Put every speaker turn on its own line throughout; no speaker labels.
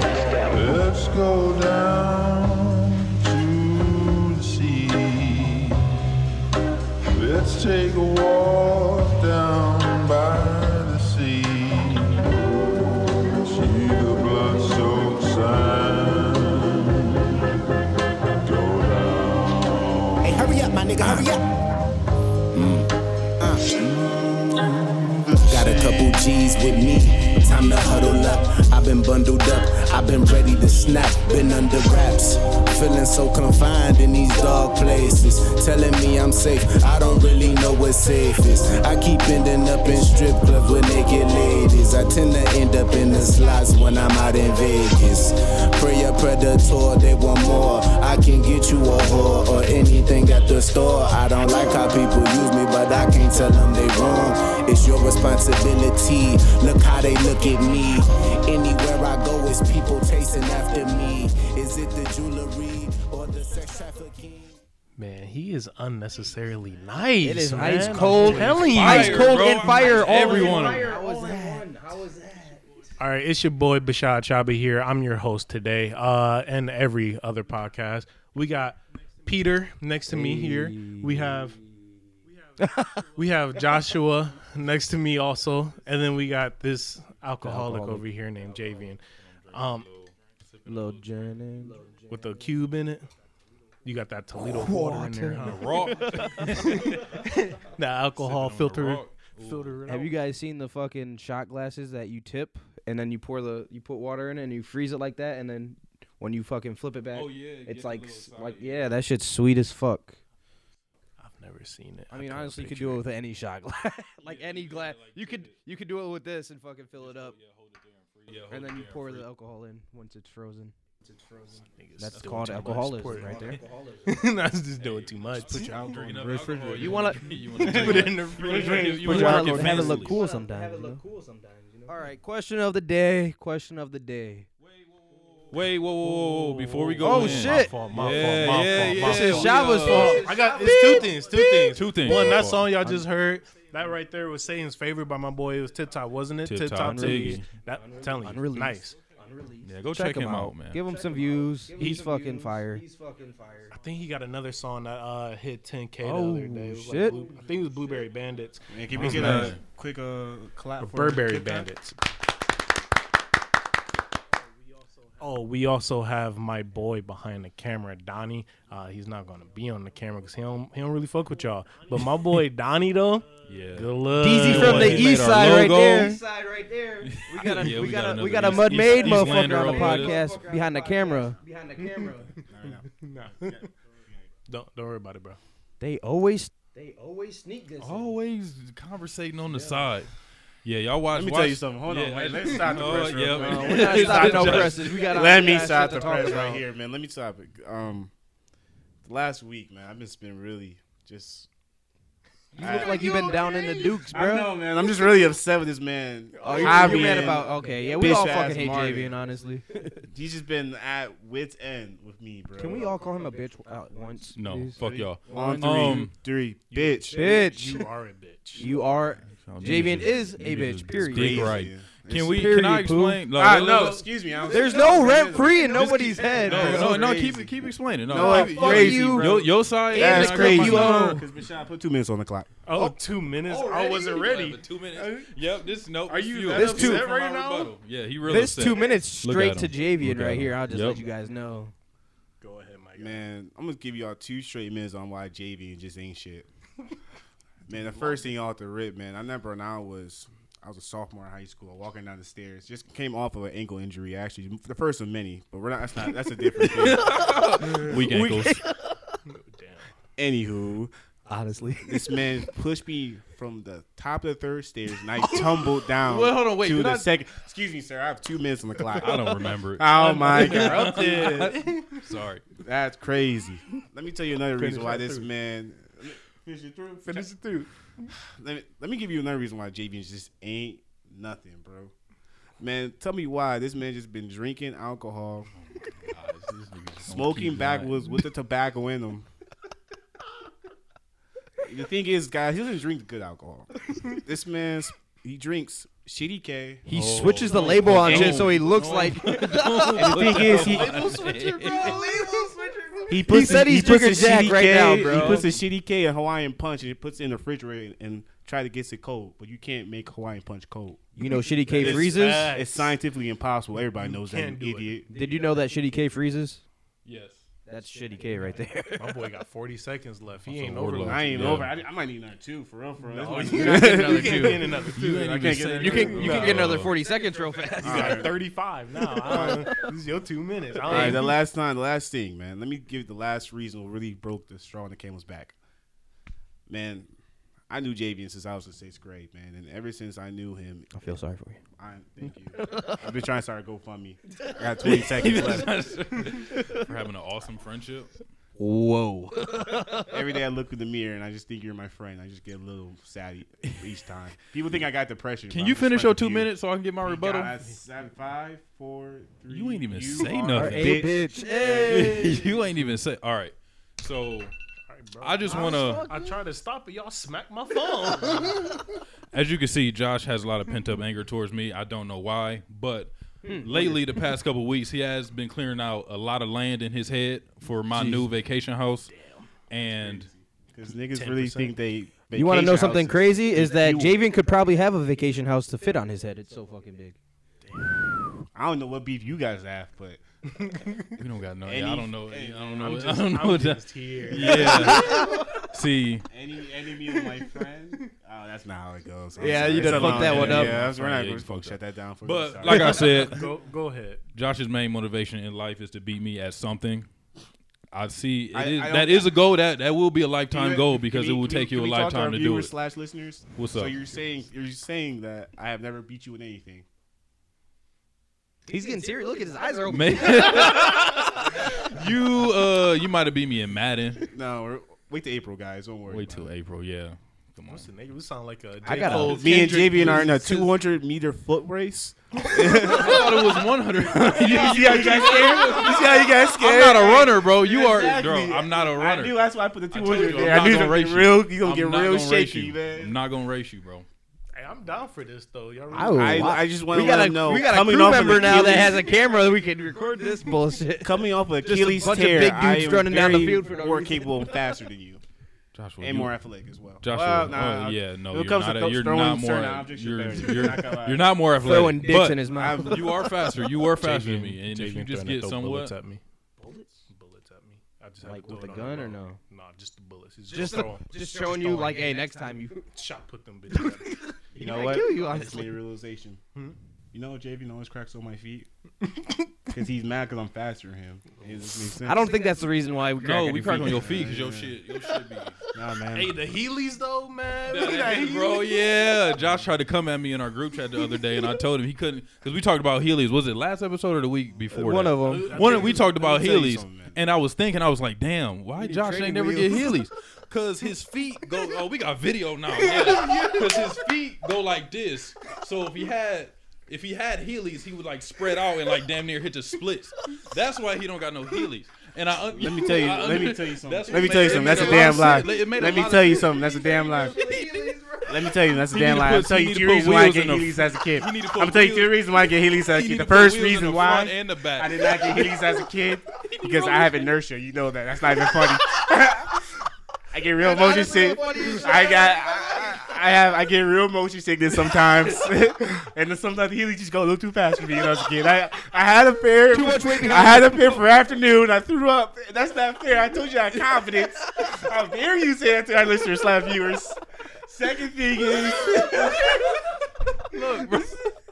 Let's go down to the sea. Let's take a walk down by the sea. See the blood soaked sand. Go down.
Hey, hurry up, my nigga, hurry up. Got a couple G's with me. Time to huddle up. I've been bundled up. I've been ready to snap. Been under wraps. Feeling so confined in these dark places. Telling me I'm safe. I don't really know what safe is. I keep ending up in strip clubs with naked ladies. I tend to end up in the slots when I'm out in Vegas. Pray a predator, they want more. I can get you a whore or anything at the store. I don't like how people use me, but I can't tell them they wrong. It's your responsibility. Look how they look at me. Anywhere I go, it's people chasing after me. Is it the jewelry or the sex trafficking?
Man, he is unnecessarily nice.
It is
man.
ice
I'm
cold,
telling you.
ice cold
bro.
and fire. all
Everyone.
in one.
All right, it's your boy Bashad Chabi here. I'm your host today, uh, and every other podcast. We got Peter next to me here. We have we have Joshua next to me also, and then we got this alcoholic, over here named Javian Um,
Little journey.
with a cube in it. You got that Toledo water in there, huh?
Raw.
That alcohol filter.
rock.
Filter. it
Have
out.
you guys seen the fucking shot glasses that you tip and then you pour the you put water in it and you freeze it like that and then when you fucking flip it back,
Oh, yeah, get
it's
the
like
little
s-
side,
like
yeah.
yeah, that shit's sweet as fuck.
I've never seen it.
I mean,
can't
honestly, you could
picture
do it with any shot glass, like any glass. you could you could do it with this and fucking fill it up, and then you pour the alcohol in once it's frozen.
Niggas
That's
doing
called
too much.
alcoholism
Pour it
right
in.
there.
That's just doing too much. Put your alcohol
Drinking
in
up
the
alcohol.
refrigerator.
You
You
want
wanna-
to you want
Put it in the refrigerator.
You
But
want
you
to
want
drink it
to have it
fancy.
look cool sometimes. you know?
cool sometimes, you know.
All right, question of the day. Question of the day.
Wait, whoa, whoa, whoa, whoa! Before we go
Oh,
in,
shit.
My fault. My
Yeah,
fault. My
yeah,
fault.
yeah.
My
This is
fault.
Shava's fault.
I got it's two things. Two things.
Two things.
One, that
Fuck.
song y'all just heard. That right there was Satan's favorite by my boy. It was Tip Top, wasn't it?
Tip
Tip
Top
Top
Tiggy.
Tiggy. That I'm telling you,
Unreleased.
nice.
Yeah, go check, him out, man.
Give him some views. He's fucking fire.
He's fucking fire.
I think he got another song that uh, hit 10k the
Oh,
other day. It was
shit.
Like Blue, I think it was Blueberry Bandits
Man, can
That
we
was
get
nice.
a quick uh, clap
or
for
Burberry
Kid Pat?
Bandits. Oh, we also have my boy behind the camera, Donnie. Uh, he's not gonna be on the camera because he don't he don't really fuck with y'all. But my boy Donnie though,
Yeah.
good luck.
DZ from the
He
E-
made
east
our
side right
logo.
there.
Side right there.
We got a,
Yeah,
we,
we
got,
got
a, we
another
got a
East-
mud made
East-
motherfucker
Eastlander
on the
over there.
podcast behind the camera.
Behind the camera.
Don't don't worry about it, bro.
They always
they always sneak this.
Always conversating on the side. Yeah, y'all watch.
Let me
watch.
tell you something. Hold on.
Yeah,
Wait,
I-
let's stop the
No,
press. real
yeah.
quick.
No,
we're not stopping no
Just-
presses. We got
Let
we
me
got
stop the
shit to talk
press right
about.
here, man. Let me stop it. Um, last week, man, I've just been really just.
You look like you've been down in the Dukes,
I
bro.
know, man. I'm just really upset with this man.
Oh, you
Javian.
you mad about? Okay, yeah, we
Bitch
all
ass
fucking hate
Marvin.
Javian, honestly.
He's just been at wit's end with me, bro.
Can we all call him a bitch at once?
No,
please?
fuck y'all.
On three,
Um,
three, bitch.
Bitch,
You are a bitch.
you are.
Y'all
Javian
niggas
is a
niggas
bitch,
is
period.
Dick
Crazy.
right.
It's-
Can we?
Period,
Can I
poo.
explain? No,
Ah,
no,
no,
no.
excuse me. I was-
There's no rent free in nobody's head.
No,
bro.
no, no,
crazy.
Keep keep explaining. No,
No, like,
keep-
fuck
crazy,
you.
bro.
Yo, yo side.
That's
Nah,
crazy.
cut my phone.
Because Michelle put two minutes on the clock.
Oh, two minutes. I wasn't ready.
Two minutes. Yep. This nope.
Are you
fuel.
that
This
upset
two-
right now?
Yeah, he really.
This two minutes
Look
straight
at
to
him.
Javian
Look at
right
him.
here. I'll just
Yep.
let you guys know.
Go ahead, my guy.
Man, I'm gonna give y'all two straight minutes on why JV just ain't shit. man, the first thing off the rip, man, I remember when I was I was a sophomore in high school, walking down the stairs, just came off of an ankle injury. Actually, the first of many, but we're not. That's not. That's a different thing.
Weak ankles.
Anywho,
Honestly,
this man pushed me from the top of the third stairs, and I tumbled down.
Well, hold on, wait,
to
did
the
I-
second. Excuse me, sir. I have two minutes on the clock.
I don't remember it.
Oh my god,
Sorry.
that's crazy. Let me tell you another reason why
that
this
through.
man. Finish it through. Finish it through. Let me, let me give you another reason why JV just ain't nothing, bro. Man, tell me why this man just been drinking alcohol, smoking backwards with the tobacco in him. The thing is, guys, he doesn't drink good alcohol. This man's he drinks Shitty K.
He
Oh,
switches the label on shit so he looks
no.
like.
The thing is, he, he puts a-
said he's
puts a
drinking Jack
shitty
right
K-
now,
He
bro.
puts a Shitty K in Hawaiian Punch and it puts it in the refrigerator and try to get it cold, but you can't make Hawaiian Punch cold.
You know, Shitty K
It's-
freezes.
It's scientifically impossible. Everybody knows that.
can't
you
do it.
idiot.
Did you know that Shitty K freezes?
Yes.
That's Shitty K right there.
My boy got 40 seconds left. He
That's
ain't
a
over.
I
I
word loss.
ain't even
Yeah.
over. I, I might need another two for real. For real. That's my-
another two. Another two.
You ain't
I
even
can't
say
get
that.
You can you can get another
No.
forty seconds real fast.
All right.
35 now. I don't- This is your two minutes.
All right,
I
the
ain't,
last time, the last thing, man. Let me give the last reason what really broke the straw on the camel's back. Man, I knew Javian since I was in sixth grade, man, and ever since I knew him,
I feel sorry for you.
I thank you. I've been trying to start a GoFundMe. I got 20 seconds left.
For having an awesome friendship.
Whoa! Every day I look in the mirror and I just think you're my friend. I just get a little sad e- each time. People think I got depression. but
Can
I'm
you
just
finish
like
your two
you.
minutes so I can get my
You
rebuttal?
got seven, five, four, three.
You ain't even say
are
nothing.
a
Hey,
bitch.
you ain't even say. All right. So I just want to,
I tried to stop it. Y'all smacked my phone.
as you can see, Josh has a lot of pent up anger towards me. I don't know why, but lately, the past couple weeks, he has been clearing out a lot of land in his head for my new vacation house. And
Because niggas really think they.
You want to know
vacation
something
houses-
crazy? Is that Javian could probably have a vacation house to fit on his head. It's so fucking big.
I don't know what beef you guys have, but
we don't got no.
Any-
Yeah, I don't know. I don't know.
I'm
I
just,
don't know.
I'm
what that-
just here.
yeah. See,
any enemy of my friend. Oh, that's not how it goes. I'm
Yeah,
sorry.
you done
It's
fucked
allowed.
that one
yeah,
up.
Yeah, that's, we're
Yeah,
not
you
going
fucked
to shut that down for you.
but
Sorry.
like I said,
Go, go ahead.
Josh's main motivation in life is to beat me at something. I see it
I-
is
I
that
don't-
is a goal that that will be a
Can
lifetime
you-
goal
can
because
we-
it will
can we-
take
can
you a
we talk to our
lifetime to do
viewers
it.
Slash listeners.
What's
So
up?
you're saying you're saying that I have never beat you in anything.
He's getting serious. Look at his eyes are open.
Man. you uh you might have beat me in Madden.
No, we're, wait till April, guys. Don't worry.
Wait
about
till
it.
April, yeah. Come on.
What's the name? We sound like a J.
I got a-
Cole,
Me and
Kendrick,
JV are in a
Lewis.
200 meter foot race.
I thought it was 100.
You see how you guys scared? You see how you guys
I'm
scared?
not a runner, bro. You are
Exactly.
bro, I'm not a
I
runner.
knew that's why I put the
I told
200
you, I'm
there. I
not
knew
gonna
you're gonna
race
get
you.
real. You're gonna
I'm
get
not
real
gonna race
shaky,
you.
man.
I'm not gonna race you, bro.
Hey, I'm down for this though. Y'all
I
really
will
I,
watch.
I just want
we
to
got
let
a
them know.
we got a
coming
crew
off of
member now that
Achilles-
has a camera that we can record this bullshit.
coming off of
Just a
Achilles
bunch of
tear.
big dudes
I am
running down the
very
field for no
more
reason.
capable and faster than you,
Joshua.
and
you-
more athletic as well.
Joshua,
well,
oh, yeah, no,
when it
you're
comes
not,
to
a,
th-
you're
throwing
not more.
certain objects, you're
You're,
better than
you're,
me. I'm not gonna lie.
you're not more athletic.
Throwing dicks
but
in his mouth.
You are faster. You are faster than me, and if
Javian
you just
threatened
get
to throw
somewhat,
bullets at me. Bullets? Bullets at me. I just have
Like
to do
with
it
a
on
gun
the
or
low.
no?
Nah, just the bullets. It's
Just
just throw 'em.
just showing you like, hey, next time you
shot put them bitches. at me.
You
I
know what?
kill you,
I just
honestly. Hmm?
made a realization. You know, JV always cracks on my feet because he's mad because I'm faster than him. It just makes sense.
I don't think that's the reason why we
no, we
crack
crack on your feet because your shit, your shit be.
Nah, man.
Hey, the Heelys though, man. Look at that
Hey,
Heelys.
bro, yeah. Josh tried to come at me in our group chat the other day, and I told him he couldn't because we talked about Heelys. Was it last episode or the week before?
one
that?
of them.
One, we talked about
tell you
Heelys,
something, man.
and I was thinking, I was like, damn, why Josh ain't never get Heelys? Cause his feet go. Oh, we got video now. yeah. Cause his feet go like this. So if he had. If he had Heelys, he would like spread out and like damn near hit the splits. That's why he don't got no Heelys. And I un-
Let me tell you.
I
Let me
under-
tell you something.
that's what
Let me
made-
tell you
it
something.
made
That's a
lot of
damn lie.
sense. It made a
Let me
lot of
tell you
sense.
something. That's a damn lie. Let me tell you, that's a
He
damn
need to
lie. I'll
put-
tell
he
you
need
two
to put
reasons why I
wheels
get
in the-
Heelys as a kid.
he need to
I'm
put
gonna tell you
wheels-
two reasons why I get Heelys as a
He need
kid.
to
The
put
first
wheels in
reason
the
why
front and the back.
I did not get Heelys as a kid because I have inertia. You know that. That's not even funny. I get real motion sick. I got. I, I have. I get real motion sickness sometimes, and then sometimes Healy just go a little too fast for me when I was a kid. I, I had a pair. Too much weight. I had a pair for afternoon. I threw up. That's not fair. I told you I had confidence. How dare you say that to our listeners slash viewers? Second thing is.
Look, bro.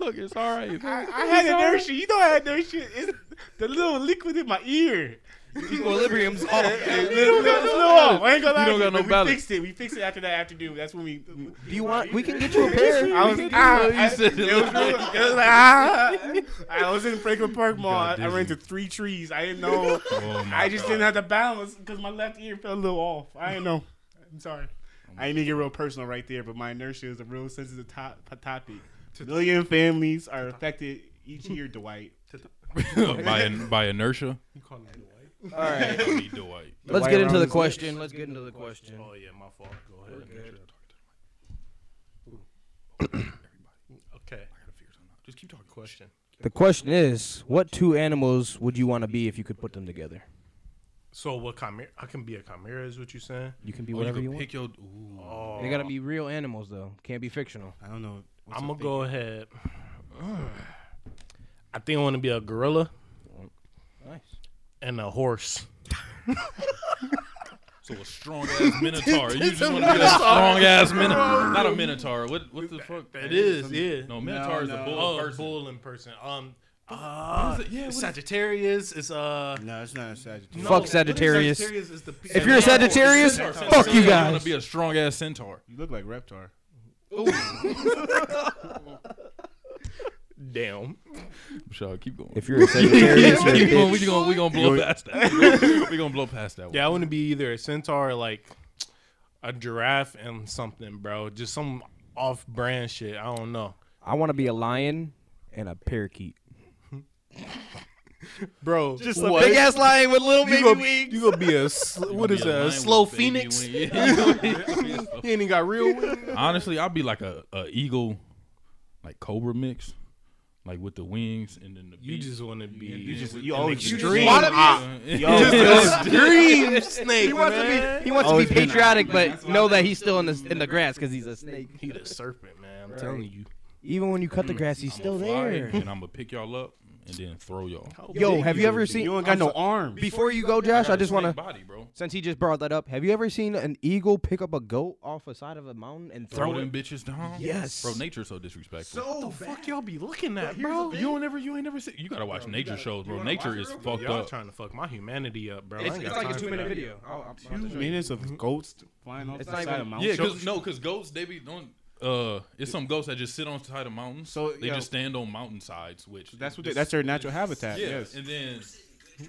Look, it's all right.
I, I had inertia. You know I had inertia. It's the little liquid in my ear.
equilibrium's off.
It's little, little, little off. I ain't gonna lie
You don't
to
got no
but
balance.
We fixed it. We fixed it after that afternoon. That's when we.
Do you want? We can get you a pair.
I was ah,
what you
I,
said.
it was real- it was like, ah. I was in Franklin Park Mall. I,
got
I ran into three trees. I didn't know.
Oh my
I just didn't have the balance because my left ear felt a little off. I didn't know. I'm sorry. I didn't get real personal right there, but my inertia is a real sensitive to- topic. Million families are affected each year, Dwight.
by by inertia.
You call me Dwight?
All right.
Be Dwight.
Let's get into the question. Let's get into the question.
Oh yeah, my fault. Go ahead.
Just keep talking.
Question.
The question is, what two animals would you want to be if you could put them together?
So what chimera? I can be a chimera, is what you're saying?
You can be
Oh,
whatever
you
you,
can
want.
pick your. Ooh.
Oh,
They gotta be real animals though. Can't be fictional.
I don't know. what's
I'm
up
gonna
there.
go ahead. I think I want to be a gorilla
Nice.
and a horse.
So a strong ass minotaur. you just want to be a strong ass minotaur. Not a minotaur. What what the fuck?
It is, yeah.
No, minotaur is a bull
Oh,
person.
bull in person. Um, uh,
it? Yeah, what is-
Sagittarius is uh.
No, it's not a Sagittarius.
no,
Fuck
what is
Sagittarius.
Sagittarius is the
If you're a Sagittarius,
Centaur, centaur.
fuck you
You want
guys.
to be a strong ass centaur.
You look like Reptar.
damn.
Sure, keep going.
If you're a Sagittarius,
we
you're a
going, we
bitch.
going, we going blow past that. we gonna blow past that one.
Yeah, I want to be either a centaur or like a giraffe and something, bro. Just some off-brand shit. I don't know,
I want to be a lion and a parakeet.
bro. Just what?
big ass lion with little
you gonna, You gonna be a sl- what
Be
is
a
that,
lion
a
with
slow
baby
phoenix?
wing. Yeah.
He ain't even got real wings.
Honestly, I'd be like a, a eagle, like cobra mix, like with the wings and then the
You
beak.
just Ah, want to be.
you just-
you always
extreme.
wanna be-
op-
Yo,
extreme snake.
He wants to be, he wants to be
Always been-
patriotic, but know that he's still in the in the grass because he's a snake.
He the serpent, man. I'm telling you.
Even when you cut the grass, he's
I'ma
still
fly
there.
And I'm gonna pick y'all up and then throw y'all.
Yo, have you ever seen?
You ain't got no arm.
Before you go, Josh, I just want to.
body, bro.
Since he just brought that up, have you ever seen an eagle pick up a goat off a side of a mountain and
Throw
throw
them
it?
bitches down.
Yes.
bro. Nature's so disrespectful.
What the fuck y'all be looking at,
bro,
bro?
you don't ever, you ain't never seen. You gotta watch nature shows, bro. Nature is fucked
Y'all
up.
trying to fuck my humanity up, bro. I
It's,
ain't
it's
got
like
time
a
for
two
that.
minute video. I'll- I'll-
Two minutes of goats flying off
It's
the
not
side
even-
of mountain.
Yeah, cause no, cause goats they be don't. Uh, it's some goats that just sit on the side of mountains.
So,
they
yeah.
just stand on mountainsides, which
That's what they,
this-
that's their natural habitat.
Yeah,
Yes.
and then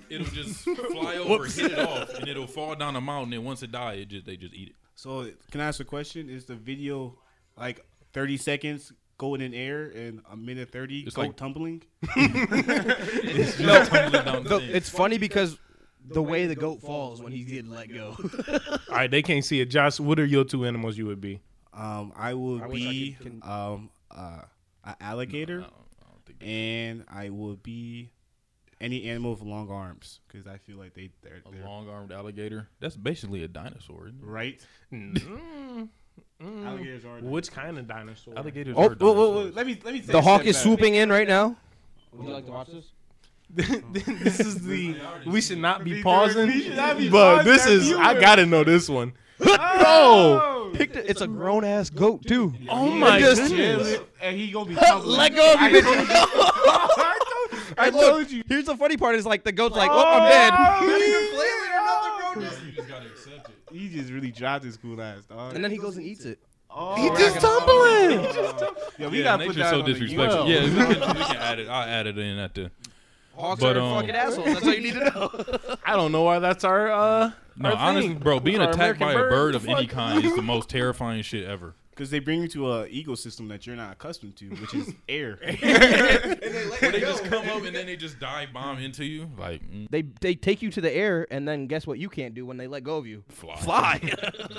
it'll just fly over, hit it off, and it'll fall down a mountain. And once it die, it just they just eat it.
So can I ask a question? Is the video like thirty seconds going in air and a minute thirty
It's
goat
like-
tumbling?
It's just tumbling down the
The-
thing.
it's funny because the way the goat falls when he's getting let go.
All right, they can't see it. Josh, what are your two animals you would be?
Um, I will
I wish I
be
could- can-
um uh, an
I
alligator,
don't, I don't think they
and I will be any animal with long arms because I feel like they they're,
a
they're
long armed alligator. That's basically a dinosaur. Isn't
right. Alligators are
Which kind of dinosaur?
it? Alligators.
Oh,
are
Whoa, whoa, whoa!
dinosaurs.
Let me let me. take
The
a
hawk
step
is
back.
swooping in right now.
Would you like to watch this?
this is the. We should not be
We
pausing,
should not be
but
pausing
this
our
is. I
viewers.
gotta know this one. Oh,
Picked it- it's a grown ass goat too.
oh my
just-
goodness!
and he gonna be
Let go of your bitch. I told you. Here's the funny part: is like the goat's like, "Oh, I'm dead,"
You just gotta accept it.
He just really dropped his cool ass, dog.
and then he goes and eats it.
he
Just tumbling.
yeah, we
We yeah,
gotta put
nature's
that
so
on the- Yo.
disrespectful. Yeah, we can, we can add it. I'll add it in at the.
Hawks
But,
are
um,
fucking assholes. That's all you need to know.
I don't know why that's our. uh
No,
our
honestly,
thing.
bro, being
Our
attacked by a
American
bird
the
of any
fuck?
kind is the most terrifying shit ever.
Because they bring you to a ecosystem that you're not accustomed to, which is air.
Where they just come up and then they just dive bomb into you, like mm,
They they take you to the air, and then guess what? You can't do when they let go of you.
fly.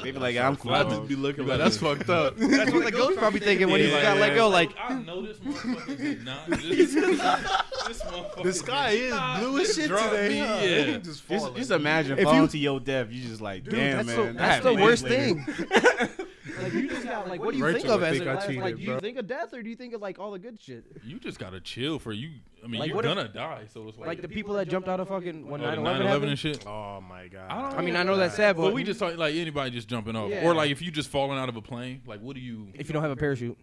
they be like, I'm cool.
I'll just be
looking
like,
that's fucked up. That's
That's what the goat's probably thinking when he
Yeah.
got let go. Like,
I know this motherfucker did not. This, this motherfucker. The sky is blue as shit today. Yeah.
just, just imagine
If
falling
you-
to your death. You just like, damn,
that's the,
man. that
that's the
happened
worst
later.
thing. like, you just got like, what do you
Rachel
think of
would
as
think
a
I
last-
cheated,
like? Do
bro.
you think of death, or do you think of like all the good shit?
You just gotta chill for you. I mean,
Like,
you're
what if-
gonna die, so it's like,
Like the people that jumped out of fucking when
oh, the
9/11
9/11 and
happened.
shit.
Oh my god!
I don't
I mean, I know that's sad,
But
but
we just talk, like anybody just jumping off,
Yeah.
or like if you just falling out of a plane, like what do you?
if you don't have a parachute,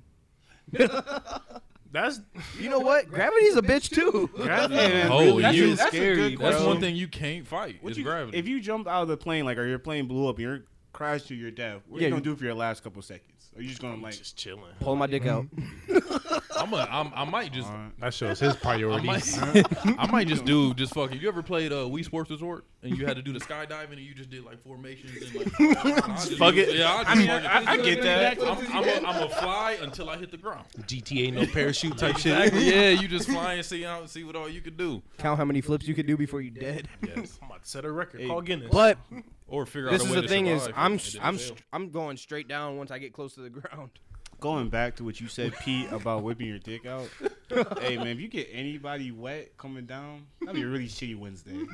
That's
you know what? Gravity's a bitch too.
oh,
That's,
you.
a, that's a good
That's
question.
one thing you can't fight.
What
is
you-
gravity.
If you jumped out of the plane, like, or your plane blew up, and you're crashed to your death, what are
Yeah,
you gonna
you-
do for your last couple seconds? Are you just gonna like?
just chilling.
Pull my dick out.
I'm a, I'm, I might just.
That shows his
I
priorities.
might, I might just do just fucking. You ever played uh, Wii Sports Resort and you had to do the skydiving and you just did like formations and like I'll just
Fuck
do-
it.
Yeah, I'll just
I mean,
fucking-
I- I get that.
I'm, I'm a, I'm a fly until I hit the ground.
GTA no parachute type shit.
Exactly. yeah, you just fly and see out, see what all you could do.
Count how many flips you could do before you dead.
Yes.
I'm about to set a record. Call Guinness.
But
Or figure
this
out a
is
way
the
to
thing is
survive
I'm
and then
I'm
fail.
I'm going straight down once I get close to the ground.
Going back to what you said, Pete, about whipping your dick out. hey man, if you get anybody wet coming down, that'd be a really shitty Wednesday. you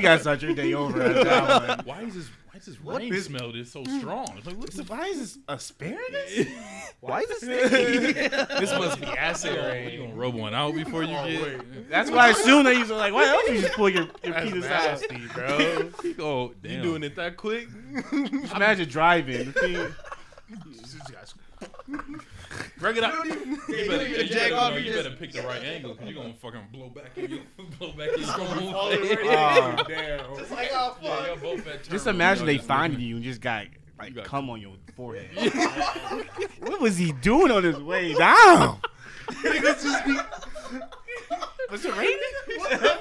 gotta start your day over. at that one.
Why is this? Why is this rain smell this so strong? It's like, what the
Why is
uh,
this asparagus?
Why is this?
this must be acid rain. You gonna rub one out before
Oh,
you get?
That's why I assume they used to like, why else you just pull your, your penis out?
nasty, bro.
He go, "Oh, damn.
you doing it that quick?
Just imagine driving. The thing-
Bring it up. You better,
even
you
jack
better-
off,
you
you
better pick the right angle because you're gonna fucking blow back in your blow back in your whole face.
Ah.
uh,
like, oh,
Yeah, y'all both at
just
terminal,
imagine
y'all
they
just-
finding you and just got
You
like
got-
cum on your forehead. what was he doing on his way down? Was it raining?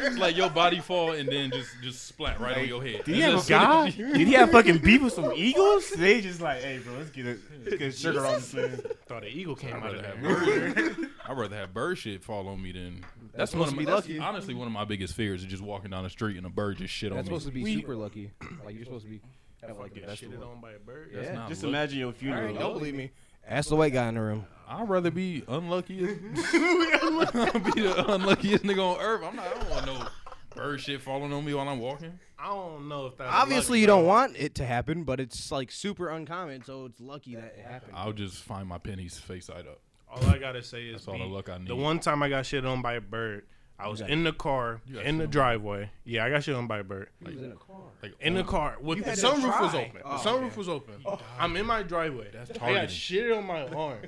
It's like your body fall and then just just splat right on your head.
Did he have a guy? Did he have fucking beef with some eagles? They just like, hey bro, let's get it, let's get sugar on this man.
Thought the eagle came out
I'd rather
of
have
that.
bird. I'd rather have bird shit fall on me than that's, one
supposed
of my
to be
that's
lucky.
honestly one of my biggest fears is just walking down the street and a bird just shit on
That's
me.
supposed to be super lucky. Like you're supposed to be at like the best. of
Shitted
luck.
on by a bird.
That's not
Just
luck.
imagine your funeral.
Don't believe me. Ask the white guy in the room.
I'd rather be unlucky. as- I'd be the unluckiest nigga on earth. I'm not. I don't want no bird shit falling on me while I'm walking.
I don't know if that's
Obviously,
luck,
you don't
bro.
want it to happen, but it's like super uncommon, so it's lucky that it happened.
I'll just find my pennies face side up.
All I gotta say is
That's all the
be-
luck I need.
The one time I got shit on by a bird, I was in the car
got
in
shit
the
on.
driveway. Yeah, I got shit on by a bird.
Like
in the
on-
car with the
had to
sunroof
try. Oh,
was open. the sunroof was open. I'm in my driveway. That's I got
targeting.
shit on my arm.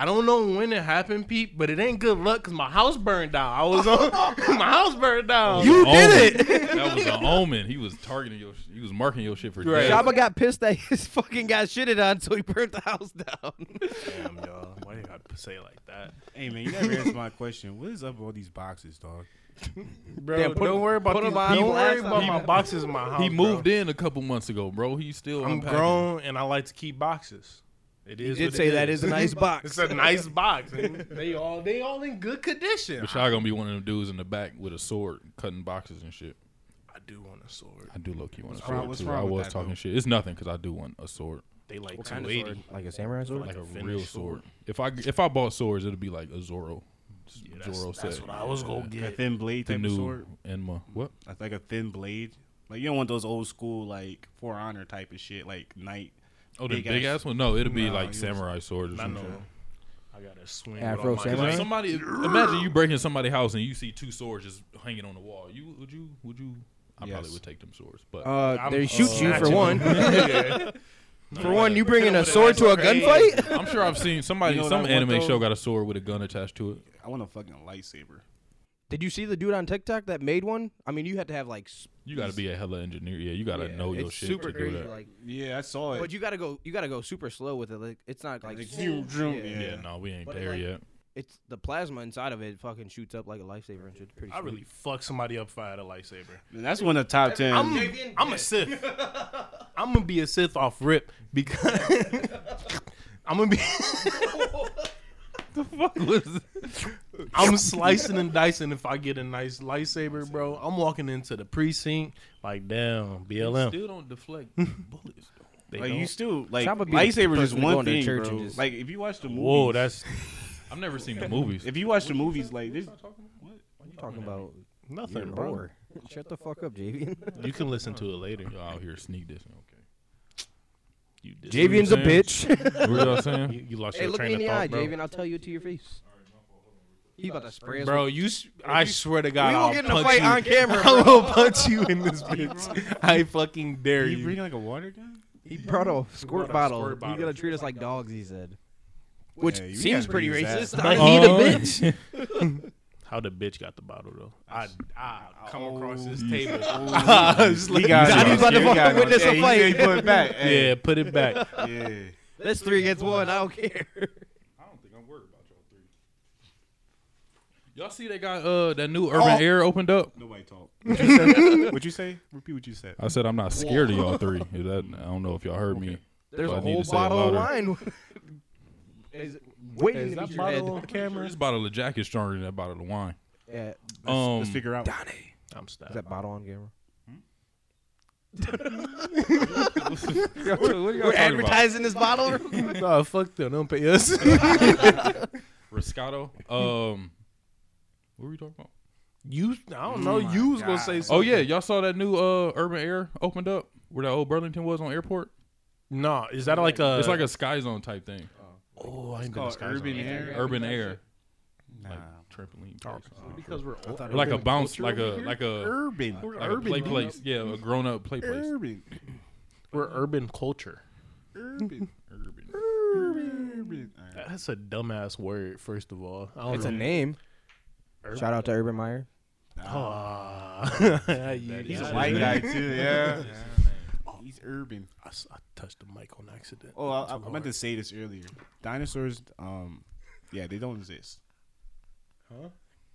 I don't know when it happened, Pete, but it ain't good luck because my house burned down. I was on my house burned down.
You did
Omen. That was an omen. He was targeting your. sh- He was marking your shit for
Right.
death.
Jabba got pissed that his fucking got shitted on, so he burnt the house down.
Damn, y'all. Why you gotta say it like that,
Hey man, you never answered my question. What is up with all these boxes, dog?
bro?
Damn, put
don't
him-
worry about
put
these,
him on
Don't worry
blast.
about my
He-
boxes in my house.
He
bro.
moved in a couple months ago, bro. He's still.
I'm
unpacking.
grown and I like to keep boxes. It is.
did
what it
say that is a nice box.
It's a nice box. and they all they all in good condition.
But y'all gonna be one of them dudes in the back with a sword cutting boxes and shit.
I do want a sword.
I do low key want a
What's wrong-
sword
what's
too.
wrong
I
with
was
that,
talking
though?
shit. It's nothing because I do want a sword,
They like
kind of
280.
Like a samurai sword?
like,
a
a,
finished
real sword.
sword.
If I if I bought swords, it'd be like a Zoro,
that's,
Zoro
that's
set.
what I was gonna
A
get.
thin blade
the
type of
new
sword.
Enma. What?
That's like a thin blade. Like you don't want those old school like for honor type of shit, like knight.
Oh, the big,
Big
ass,
ass-
one. No, it'll be
No,
like
it was-
samurai swords or
I know.
something.
I got a swing.
Afro
with all my-
samurai?
Like somebody, imagine you breaking somebody's house and you see two swords just hanging on the wall. You would you would you? I probably
Yes.
would take them swords, but
Uh,
I'm-
they shoot you
uh,
for one.
Yeah.
for one, you bringing a sword to a gunfight?
I'm sure I've seen somebody
You know what I
some
want,
anime
though?
show got a sword with a gun attached to it.
I want a fucking lightsaber.
Did you see the dude on TikTok that made one? I mean, you had to have like. s-
You got to be a hella engineer. Yeah, you got to
yeah,
know your
it's
shit
super
to do
crazy,
that.
Like,
Yeah, I saw it.
but you gotta go. You gotta go super slow with it. Like, it's not like.
Like, zoom, zoom,
Yeah.
yeah.
yeah.
no, we ain't
But it,
there
like-
yet.
It's the plasma inside of it. Fucking shoots up like a lifesaver and shit. It's Pretty.
I
sweet.
really fuck somebody up if I had a lightsaber.
Man, that's one of the top 10
I'm, I'm a Sith. I'm gonna be a Sith off rip because I'm gonna be. I'm slicing and dicing if I get a nice lightsaber, bro. I'm walking into the precinct like, damn, BLM.
Still don't deflect bullets.
They
like
don't-
you still like
Chopper be the
lightsaber is
person to go
one
into
thing,
church
bro.
and just-
Like if you watch the movies,
Whoa, that's
I've never seen the movies.
if you watch the movies, like this.
talking about.
nothing, bro.
Shut the fuck up, Javian.
You can listen to it later.
Y'all out here sneak this. Okay.
You, dis-
Javian's a
what you're
bitch.
What were y'all saying?
you, you lost
hey,
your
look me
train
in
of
the
thought,
eye,
bro.
Javian. I'll tell you it to your face. He about to spray us.
Bro, you, s- I swear to God,
we
I'll
will get in a
punch
fight
you.
on camera.
I will punch you in this bitch. I fucking dare
You
you.
bring like a water gun?
He brought a squirt
a
bottle.
squirt
You
bottle.
gotta treat us like dogs, he said. Which
Yeah, you
seems
gotta
pretty
use that.
racist.
But he the bitch. How the bitch got the bottle though? I I come
Oh,
across this table. I was like,
Johnny's about to fucking witness a fight.
Put it back.
yeah, put it back.
yeah.
That's three against one. I don't care.
I don't think I'm worried about y'all three. Y'all see they got uh that new urban air opened up.
Nobody talk. What you say? What you say? Repeat what you said.
I said I'm not scared of y'all three. Is that I don't know if y'all heard me.
There's
So I
a
need
whole
to say it
bottle of
louder.
wine. is waiting to meet your head.
This bottle of Jack is stronger than that bottle of wine.
Yeah.
Um,
Let's figure out.
I'm stopped.
Is that bottle on camera? We're advertising this bottle. real quick.
no, fuck them. Don't pay us.
Riscato. Um, what were we talking about?
you, I don't know. you was gonna say
Oh
something.
yeah, y'all saw that new uh Urban Air opened up where that old Burlington was on airport.
No, is that like a?
It's like a Sky Zone type thing.
Oh, I ain't been to
called
Sky Zone.
urban air.
Urban Air. Like trampoline. place.
because we're old.
Or like a bounce, like a like a
urban.
like a play place. Yeah, a grown up play place.
Urban.
We're urban culture.
Urban.
Urban.
Urban.
That's a dumbass word. First of all, I don't
It's a
know.
name. Shout out to Urban Meyer.
Ah. You-
He's
I-
a white guy too. Yeah. He's urban.
I, s- I touched the mic on accident.
Oh, I, I
Too
meant
hard.
to say this earlier. Dinosaurs, um, yeah, they don't exist.
Huh?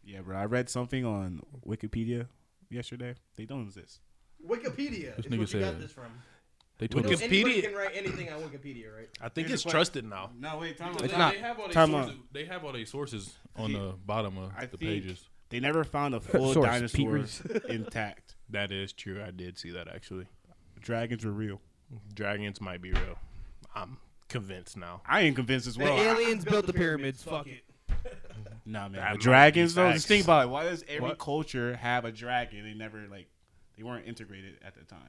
Yeah, bro. I read something on Wikipedia yesterday. They don't exist.
Wikipedia.
This
is
nigga
what you got
said-
this from.
They took
Wicked-
us.
Anybody
Wikipedia.
can write anything on Wikipedia, right?
I think
Here's
it's
the question.
trusted now.
No, wait, time
They-
out.
They have all their
Time
sources.
out.
They have all their sources on
Yeah.
the bottom of
I
the
think-
pages.
They never found a full
Source, Pete
dinosaur
Reeves.
intact.
That is true. I did see that actually.
Dragons were real.
Dragons might be real. I'm convinced now.
I ain't convinced as well.
aliens built the pyramids. Fuck it.
Nah, man.
That
but
might
dragons,
be
though. Just
facts.
think about it. Why does every
What?
culture have a dragon? They never like, they weren't integrated at the time.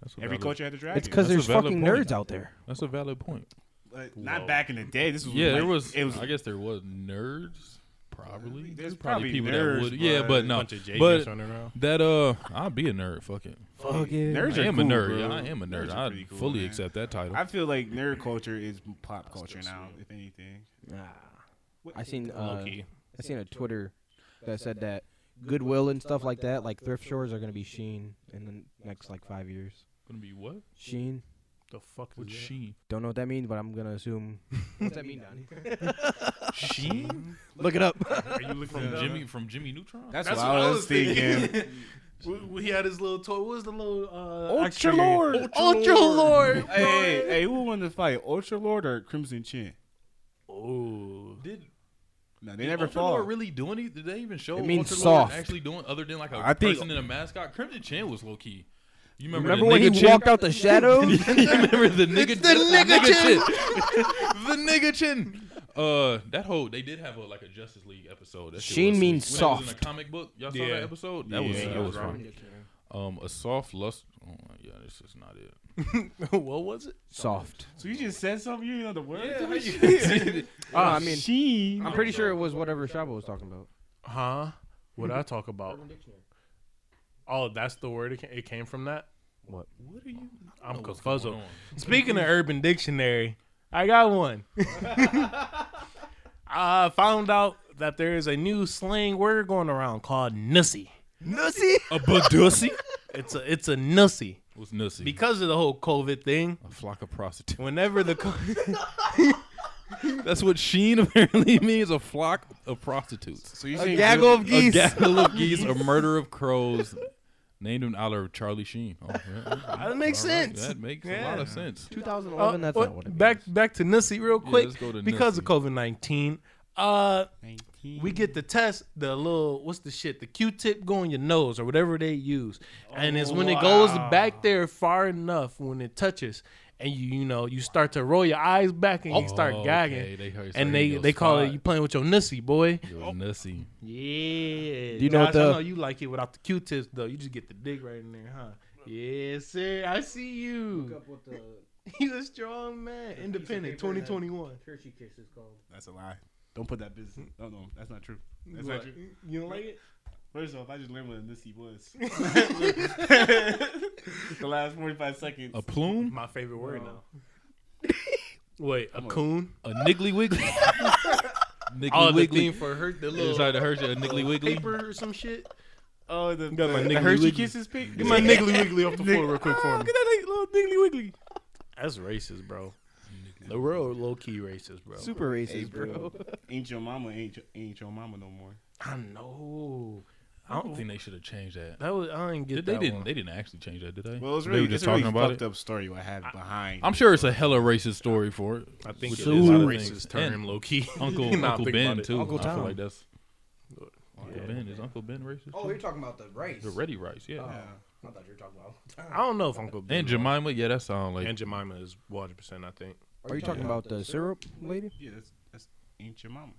That's a
Every
valid-
culture had a dragon.
It's because
That's
there's
a valid
fucking
point.
nerds out there.
That's a valid point.
But not back in the day. This was
Yeah,
like-
there was.
It was
I guess there was nerds. Probably.
There's probably nerds, but
Yeah, but no.
Bunch of J
but
running around.
that uh, I'll be a nerd. Fuck it.
Fuck it.
nerds
I
are
am a
cool,
nerd.
bro.
Yeah, I am a nerd.
Nerds are
I
pretty cool,
fully
man.
accept that title.
I feel like nerd culture is pop culture now, if anything.
I seen uh,
Low-key.
I seen a Twitter that said that Goodwill and stuff like that, like thrift stores, are gonna be Sheen in the next like five years.
gonna be what?
Sheen.
The fuck
What
is that?
she?
Don't know what that means, but I'm gonna assume. What's that mean, Donnie?
She?
Look it up.
Are you looking
From Jimmy from Jimmy Neutron?
That's, what, I was thinking.
We, we had his little toy. What was the little uh,
Ultra
extra-
Lord.
Ultra, Lord.
hey, hey, hey, who won the fight, Ultra Lord or Crimson Chin?
Oh,
Did
No, they never
Ultra Lord
fought.
really do any? Did they even show
It means
Ultra Lord
soft.
actually doing other than like a
I think-
person in a mascot? Crimson Chan was low key. You remember,
Remember
the
when he
nigga chin?
walked out the shadows?
you remember the nigga, the nigga, chin, the nigga chin. Uh, that whole they did have a like a Justice League episode. That shit
Sheen
was
means
sweet. When it was in
soft.
a comic book, y'all saw
Yeah.
that episode. That was
Yeah.
that was fun. Um, a soft lust. Oh my god, this is not it.
what was it?
Soft.
So you just said something. You didn't know the word.
Yeah, how you-
Uh, I mean,
Sheen.
I'm pretty sure it was whatever Shabo was talking about.
Huh? What I talk about? Oh, that's the word. It came, it came from that.
What?
What are you? I'm
what's going
confuzzled.
on.
Speaking of Urban Dictionary, I got one. I found out that there is a new slang word going around called nussy.
a badussy.
It's a it's a nussy
was nussy.
because of the whole COVID thing.
a flock of prostitutes.
Whenever the co-
That's what Sheen apparently means. A flock of prostitutes.
So you saying
Gaggle of
A
geese.
gaggle of geese, a murder of crows, named in honor of Charlie Sheen. Oh, yeah,
that makes
all right,
sense.
That makes a lot of sense.
2011. that's
Uh,
not what it
back back to nussy real quick
let's go to
because
nussy.
of COVID nineteen. Uh,
Good?
we get the test, the little what's the shit, the Q-tip go on your nose or whatever they use, and it's when it goes back there far enough when it touches, and you you know you start to roll your eyes back and you
Oh,
start gagging,
okay, they heard- so
and
you
they
go
they call it
spot.
you playing with your nussy boy.
Yo, nussy.
Yeah,
Do you know
Josh,
what the-
I know you like it without the Q-tips though. You just get the dick right in there, huh? Yes, sir. I see you.
Up with the
He's a strong man, independent,
paper that-
2021.
Hershey Kiss is called.
That's a lie. Don't put that business. No, no, that's not true. That's not
What?
true.
You don't like it?
First off, I just learned what a nussy was. the last 45 seconds.
A plume?
My favorite word now. Wait, a coon?
A niggly wiggly? niggly
Oh, the
wiggly.
thing for her, the
Is
little
that to hurt you? A niggly wiggly?
paper or some shit.
Oh, the,
got my
the, the
niggly
Hershey
wiggly.
Kisses pick.
Get my niggly wiggly off the floor real quick for me.
little niggly wiggly.
That's racist, bro. The world low key racist, bro.
Super racist, bro.
Ain't your mama, ain't your, ain't your mama no more.
I know.
I don't think they should have changed that.
That was I didn't get
Did
that
they didn't.
one.
They didn't actually change that, did they?
Well, it's
They
really
were
just
just
it's a really
talking about
fucked
it.
up story. What happened behind?
I'm sure it's a hella racist story for it.
I think
Which
it's
it
a
is a lot of
racist
things.
term,
And
low key.
Uncle Uncle Ben too.
Uncle
I feel
Tom.
like that's.
Yeah,
Ben is Uncle Ben racist?
Oh, you're talking about the rice.
the Ready Rice, yeah.
Oh, I thought you were talking about.
I don't know if Uncle Ben
And Jemima, yeah, that sound like
and Jemima is 100. percent I think.
Are you talking about the syrup lady?
Yeah, that's, that's ain't your mama.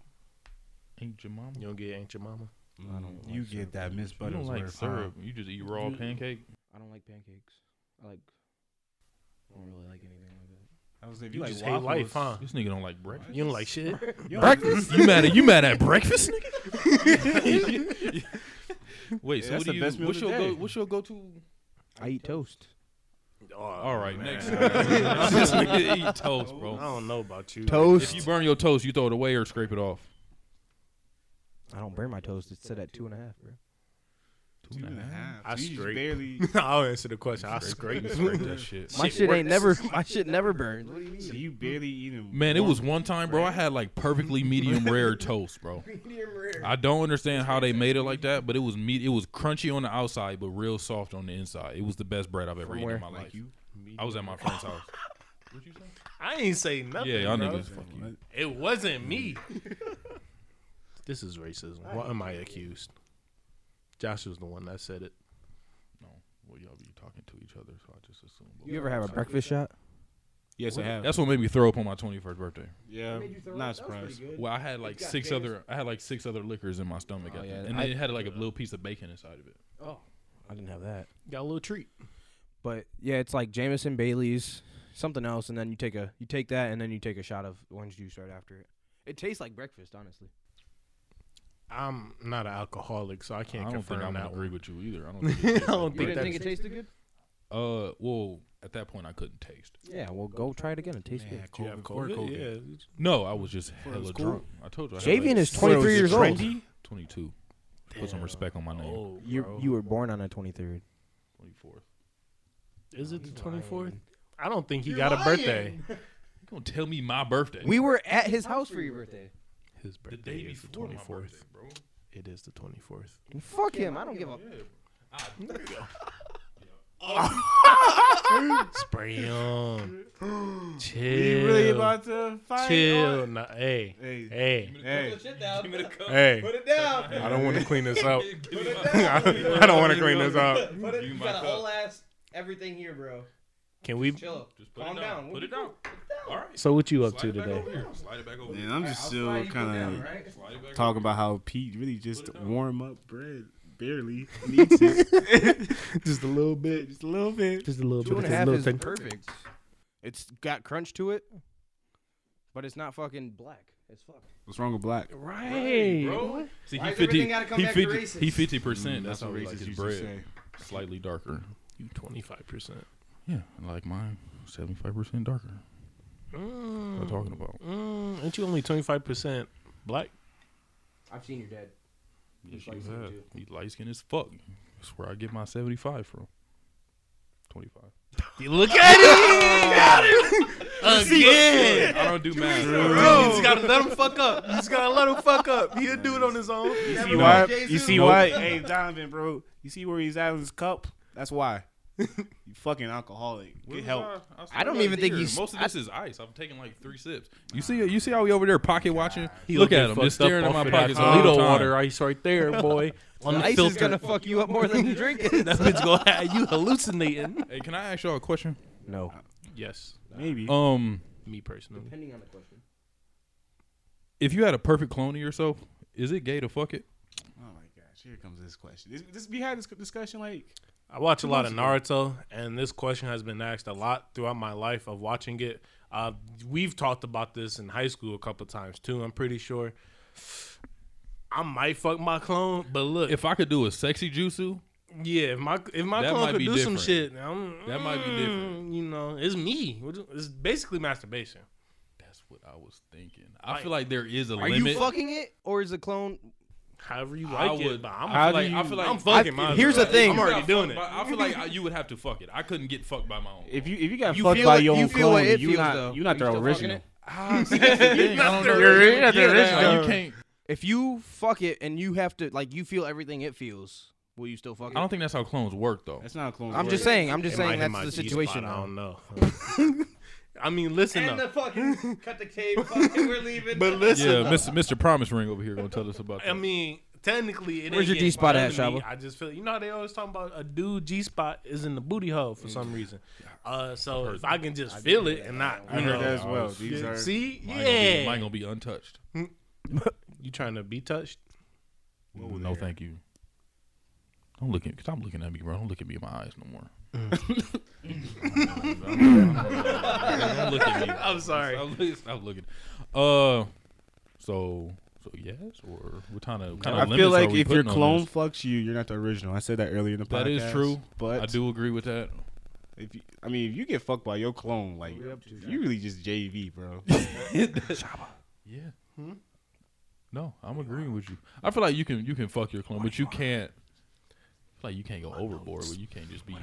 Ain't Jemima.
You don't get Aunt Jemima.
I don't Mm, you get that Miss
You don't
Butterworth.
like
huh?
syrup. You just eat raw pancake.
I don't like pancakes. I like. I don't really like anything like that.
I was like,
You,
you
just
like
hate life, huh?
This nigga don't like breakfast.
You don't like shit.
breakfast? you mad at you mad at breakfast, nigga? Wait, so
that's
what
the
do you,
best meal
what's
of the
your go
day.
what's your go to
I eat toast.
All right, next this nigga eat toast, bro.
I don't know about you.
If you burn your toast, you throw it away or scrape it off.
I don't burn my toast. It's set at two and a half, bro.
two and a half.
I
So you just
scrape.
barely.
I'll answer the question. I scrape.
Scrape that shit.
My shit, ain't never. My shit never burns.
So you barely eating.
Man, it was one time, bro. I had like perfectly medium rare toast, bro.
Medium rare.
I don't understand how they made it like that, but it was meat. It was crunchy on the outside, but real soft on the inside. It was the best bread I've ever eaten in my life. I was at my friend's house.
I ain't say nothing.
Yeah, y'all
bro.
niggas. Fuck you.
It wasn't me. Mm. this is racism. What am I accused? Josh was the one that said it.
No, well, y'all be talking to each other, so I just assume.
You ever have a breakfast shot?
Yes, I have.
That's what made me throw up on my 21st birthday.
yeah,
Made you
not
throw up? That was
surprised.
pretty good.
Well, I had like
got
six
gas.
other, I had like six other liquors in my stomach,
Oh,
I think.
yeah,
and
I-
it had like a little piece of bacon inside of it.
I didn't have that.
Got a little treat.
But yeah, it's like Jameson Bailey's, something else, and then you take a you take that, and then you take a shot of orange juice right after it. It tastes like breakfast, honestly.
I'm not an alcoholic, so I can't
I don't
confirm
think I'm gonna
that.
agree
One.
with you either. I don't think.
I don't
You
think
didn't
that's
think it tasted good?
uh, well, at that point, I couldn't taste.
Yeah, well, go try it again. It tastes
Man,
good.
Do you have
COVID, before COVID.
COVID? Yeah.
No, I was just
it was
hella
cool.
drunk. I told you. I had,
Javian
like,
is 23 years old.
Trendy?
22. Put some respect on my name.
Oh,
You
bro.
you were born on the 23rd.
24th.
is it the 24th? I don't think he got a birthday.
You gonna tell me my birthday?
We were at his house for your birthday.
His
the
birthday
day
is the
before 24th.
24th.
bro.
It is the 24th.
Fuck him. I don't give a.
Spray on. Chill.
You really about to fight?
Chill. Nah, hey.
Hey.
Hey.
Hey,
Hey.
Put it down.
I don't want to clean this up.
Put it
I
down.
don't want to clean this up.
Put it.
You
You
my
got a
cup.
whole ass everything here, bro.
Can we?
Chill.
Just put
Calm
it down.
down.
Put it down. All right.
So what you up
Slide
to
it back
today?
over here. Slide it back over.
man,
here.
I'm just still kind of
Slide it back
talking about how Pete really just warm up bread barely needs it, just a little bit, just a little bit.
Just a little
Two
bit.
and a
Just
half
a little
is
thing.
perfect. It's got crunch to it, but it's not fucking black as fuck.
What's wrong with black?
Right.
Bro. See, he
Why does everything
50,
gotta come
he
back to
50, he
racist?
50 percent.
Mm, that's
Mm, That's how
what
we like
racists
his
used to
bread.
say.
Slightly darker.
You 25%.
Yeah, I like mine, seventy-five percent darker. What I'm talking about?
Mm, ain't you only 25% black?
I've seen your dad.
Yes,
light
you
skinned
have.
too.
He light skinned as fuck. That's where I get my seventy-five from. Twenty-five.
You look at him. Again.
I don't do math.
You just gotta let him fuck up. You just gotta let him fuck up. He'll do it on his own.
You see
No.
why? You see
Nope.
why? Hey, Donovan, bro. You see where he's at in his cup? That's why. you fucking alcoholic. Get help.
I don't even think he's-
Most of this is ice. I'm taking like three sips. You see, you see how he over there pocket watching. Look
looking
at him,
fucked
just staring
up
at
off
my
of
pockets.
that
all the
Alito
time.
water ice right there, boy. On the
Ice
filter.
is gonna fuck you up more than the drink is.
that bitch gonna have you hallucinating.
Hey, can I ask y'all a question?
No.
Yes,
Maybe.
Um,
me personally.
Depending on the question.
if you had a perfect clone of yourself, is it gay to fuck it?
Oh my gosh, here comes this question. This, this we had this discussion like
I watch a lot of Naruto, and this question has been asked a lot throughout my life of watching it. Uh, we've talked about this in high school a couple times too. I'm pretty sure. I might fuck my clone, but look, if
If I could do a sexy jutsu,
yeah, if my if my
That
clone
might
could
be
do some shit,
different.
I'm,
That might be different.
mm, You know, it's me. We're just- It's basically masturbation.
that's what I was thinking. I feel like there is a
Are
limit.
you fucking it or is the clone?
However you
I
like it,
would-
but I'm feel
how do
like, I
you-
feel like I'm
I'm
fucking.
fucking-
mine,
here's
bro.
the thing.
I'm already doing it.
But I feel like I- you would have to fuck it. I couldn't get fucked by my own.
if you if you got
You
fucked
feel
by
it-
your
you
own
feel what
clone,
it
you
feels, though.
not you not the
You still fucking
original.
it?
Ah, see, that's the thing. I don't know.
You're- you're-
Yeah,
you're-
you can't.
If you fuck it and you have to like you feel everything it feels, will you still fuck
I
it?
don't think that's how clones work though.
That's not a clone.
I'm
word.
just saying. I'm just
It might
saying
hit
that's
my
the
G-spot,
situation.
I
now.
don't know. I mean, listen
And
up.
the fucking cut the tape. Fucking, we're leaving.
But listen,
Yeah, Mr. Mr. Promise Ring over here gonna tell us about that.
I mean, technically, it
Where's
ain't
your
getting
G-spot
done
at,
to me.
Shabba?
I just feel you know how they always talking about a dude G spot is in the booty hole for some reason. Uh, so if I can just feel it and not,
I
you
heard that
know,
as well. These are
see,
Mine gonna be-
yeah,
Mine gonna be untouched.
you trying to be touched?
no, thank you. Don't look at stop looking at me, bro. Don't look at me in my eyes no more.
Mm.
Don't look at me.
I'm sorry.
Stop, look- stop looking. Uh, so so yes or what kind of what kind
I
of
feel
limits are
like
we
if your
putting on
clone
this?
fucks you, you're not the original. I said that earlier in the podcast.
That is true.
But
I do agree with that.
If you, I mean, if you get fucked by your clone, like you really just JV, bro.
Yeah.
Hmm?
No, I'm agreeing with you. I feel like you can you can fuck your clone, but you can't. I feel like you can't go overboard. Where you can't just be,
I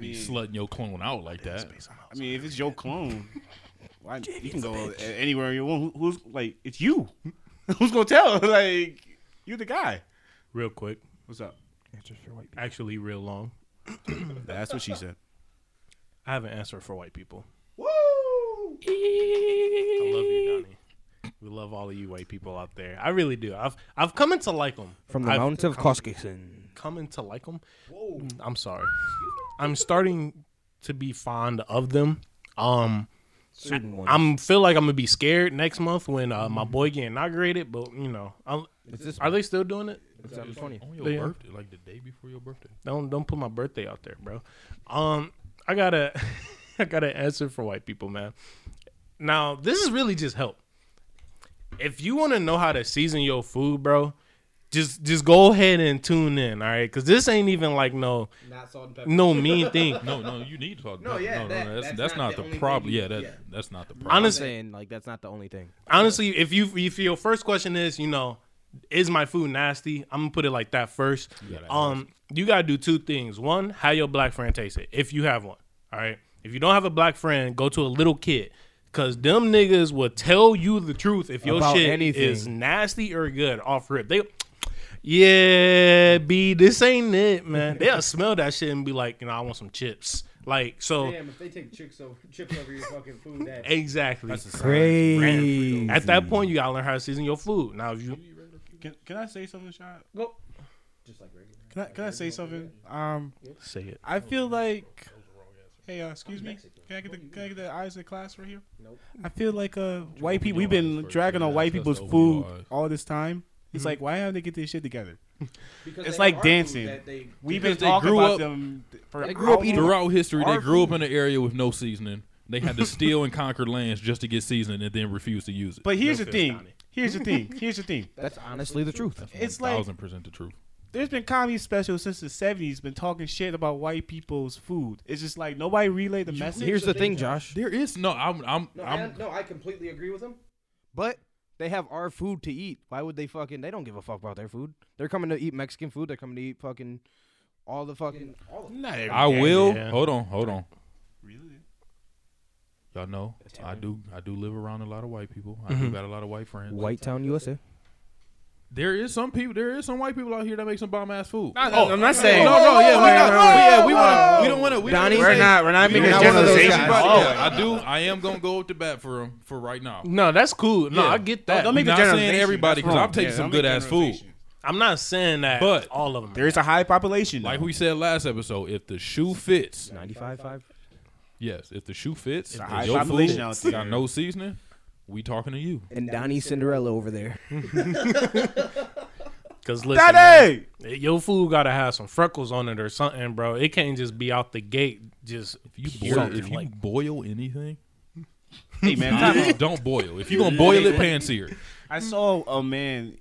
be
mean,
slutting your clone out like that.
I mean, if it's your clone, why you can go a- anywhere you want. Who- Who's like it's you? Who's gonna tell? Like you the guy.
Real quick,
What's up?
actually, real long.
That's what she said.
I have an answer for white people.
Woo!
I love you, Donnie. We love all of you white people out there. I really do. I've I've come into like them
From the
I've
mountains of Koskisen.
Coming to like them. I'm sorry. I'm starting to be fond of them. Um,
Certain ones.
I'm feel like I'm gonna be scared next month when uh, my boy get inaugurated. But you know, I'm, are they still doing it?
September 20th.
On your
Yeah.
birthday, like the day before your birthday.
Don't don't put my birthday out there, bro. Um, I gotta I gotta answer for white people, man. Now this is really just help. If you want to know how to season your food, bro, just just go ahead and tune in, all right? Because this ain't even like no
Not salt and pepper.
no mean thing.
No, no, you need to talk.
No, yeah,
no,
that-
no, that's,
that's
that's
not
not,
the only
the
thing
problem.
you-
Yeah, that
yeah.
that's not the problem.
I'm
Honestly,
saying like that's not the only thing.
honestly, if you if your first question is, you know, is my food nasty? I'm gonna put it like that first.
gotta
Um, you gotta do two things. One, how your black friend tastes it, if you have one. All right. If you don't have a black friend, go to a little kid, cause them niggas will tell you the truth if your
About
shit
anything.
is nasty or good off rip. They, yeah, b this ain't it, man. They'll smell that shit and be like, you know, I want some chips. Like so,
Damn, if they take chicks over, chips over your fucking food, that
exactly.
Crazy.
At that point, you gotta learn how to season your food. Now, if you
Can, can I say something, Shot?
just like regular.
Can I can I say something? Um,
say it,
I feel like. Hey, uh, excuse me. Can I get the can I get the eyes of the class right here?
Nope.
I feel like uh, white people.
your
We've been
eyes first,
dragging on
yeah,
white
that's
people's
open
food
your eyes.
all this time.
Mm-hmm.
It's like, why haven't they get this shit together?
Because
It's
they
like
have our food
dancing.
that they-
We've
Because
been
they
talking
grew
about
up-
them th- for
They grew up
how
eating-
long?
Throughout history, they
Our
grew up in an area with no seasoning. They had to steal and conquer lands just to get seasoning, and then refuse to use it.
But here's the
fist,
thing.
Donnie.
Here's the thing. Here's the thing.
That's honestly the truth.
It's like
thousand percent the truth.
there's been comedy specials since the '70s been talking shit about white people's food. It's just like nobody relayed the message.
Here's the thing, Josh.
There is no. I'm. I'm.
No, I,
I'm
no, I completely agree with him.
But they have our food to eat. Why would they fucking? They don't give a fuck about their food. They're coming to eat Mexican food. They're coming to eat fucking all the fucking.
In all of
Not every
I will.
yeah.
Hold on. Hold on.
Really?
Y'all know I do. I do live around a lot of white people. I do got a lot of white friends.
White Town, USA.
There is some people. There is some white people out here that make some bomb ass food.
Oh, I'm not saying.
no, no, yeah, we, not- we- yeah, we want. We don't want to. We
Donnie?
don't
We're
wanna say-
not-
We're not
we
making
don't
a
wanna say
generalization.
everybody.
Oh,
Yeah, I do. I am gonna go up to bat for them for right now.
no, that's cool. No,
Yeah.
I get that.
Don't make the
Not saying
generalization.
everybody,
That's
'cause I'm
wrong.
taking
Yeah,
some
don't
good
make
ass food.
generalization.
I'm not saying that,
But-
all of them.
There is a high population.
Like
though.
we said last episode, if the shoe fits,
Ninety-five five.
yes, if the shoe fits,
a
if
high
your food
population out
got
there.
no seasoning, we talking to you.
And Donnie Cinderella over there.
Cause listen, man,
Daddy.
your food gotta have some freckles on it or something, bro. It can't just be out the gate. Just
If you
pure,
boil, if you
like-
boil anything,
Hey man, time
nah,
out.
don't boil. If you're gonna boil it, pan sear. it.
I saw a man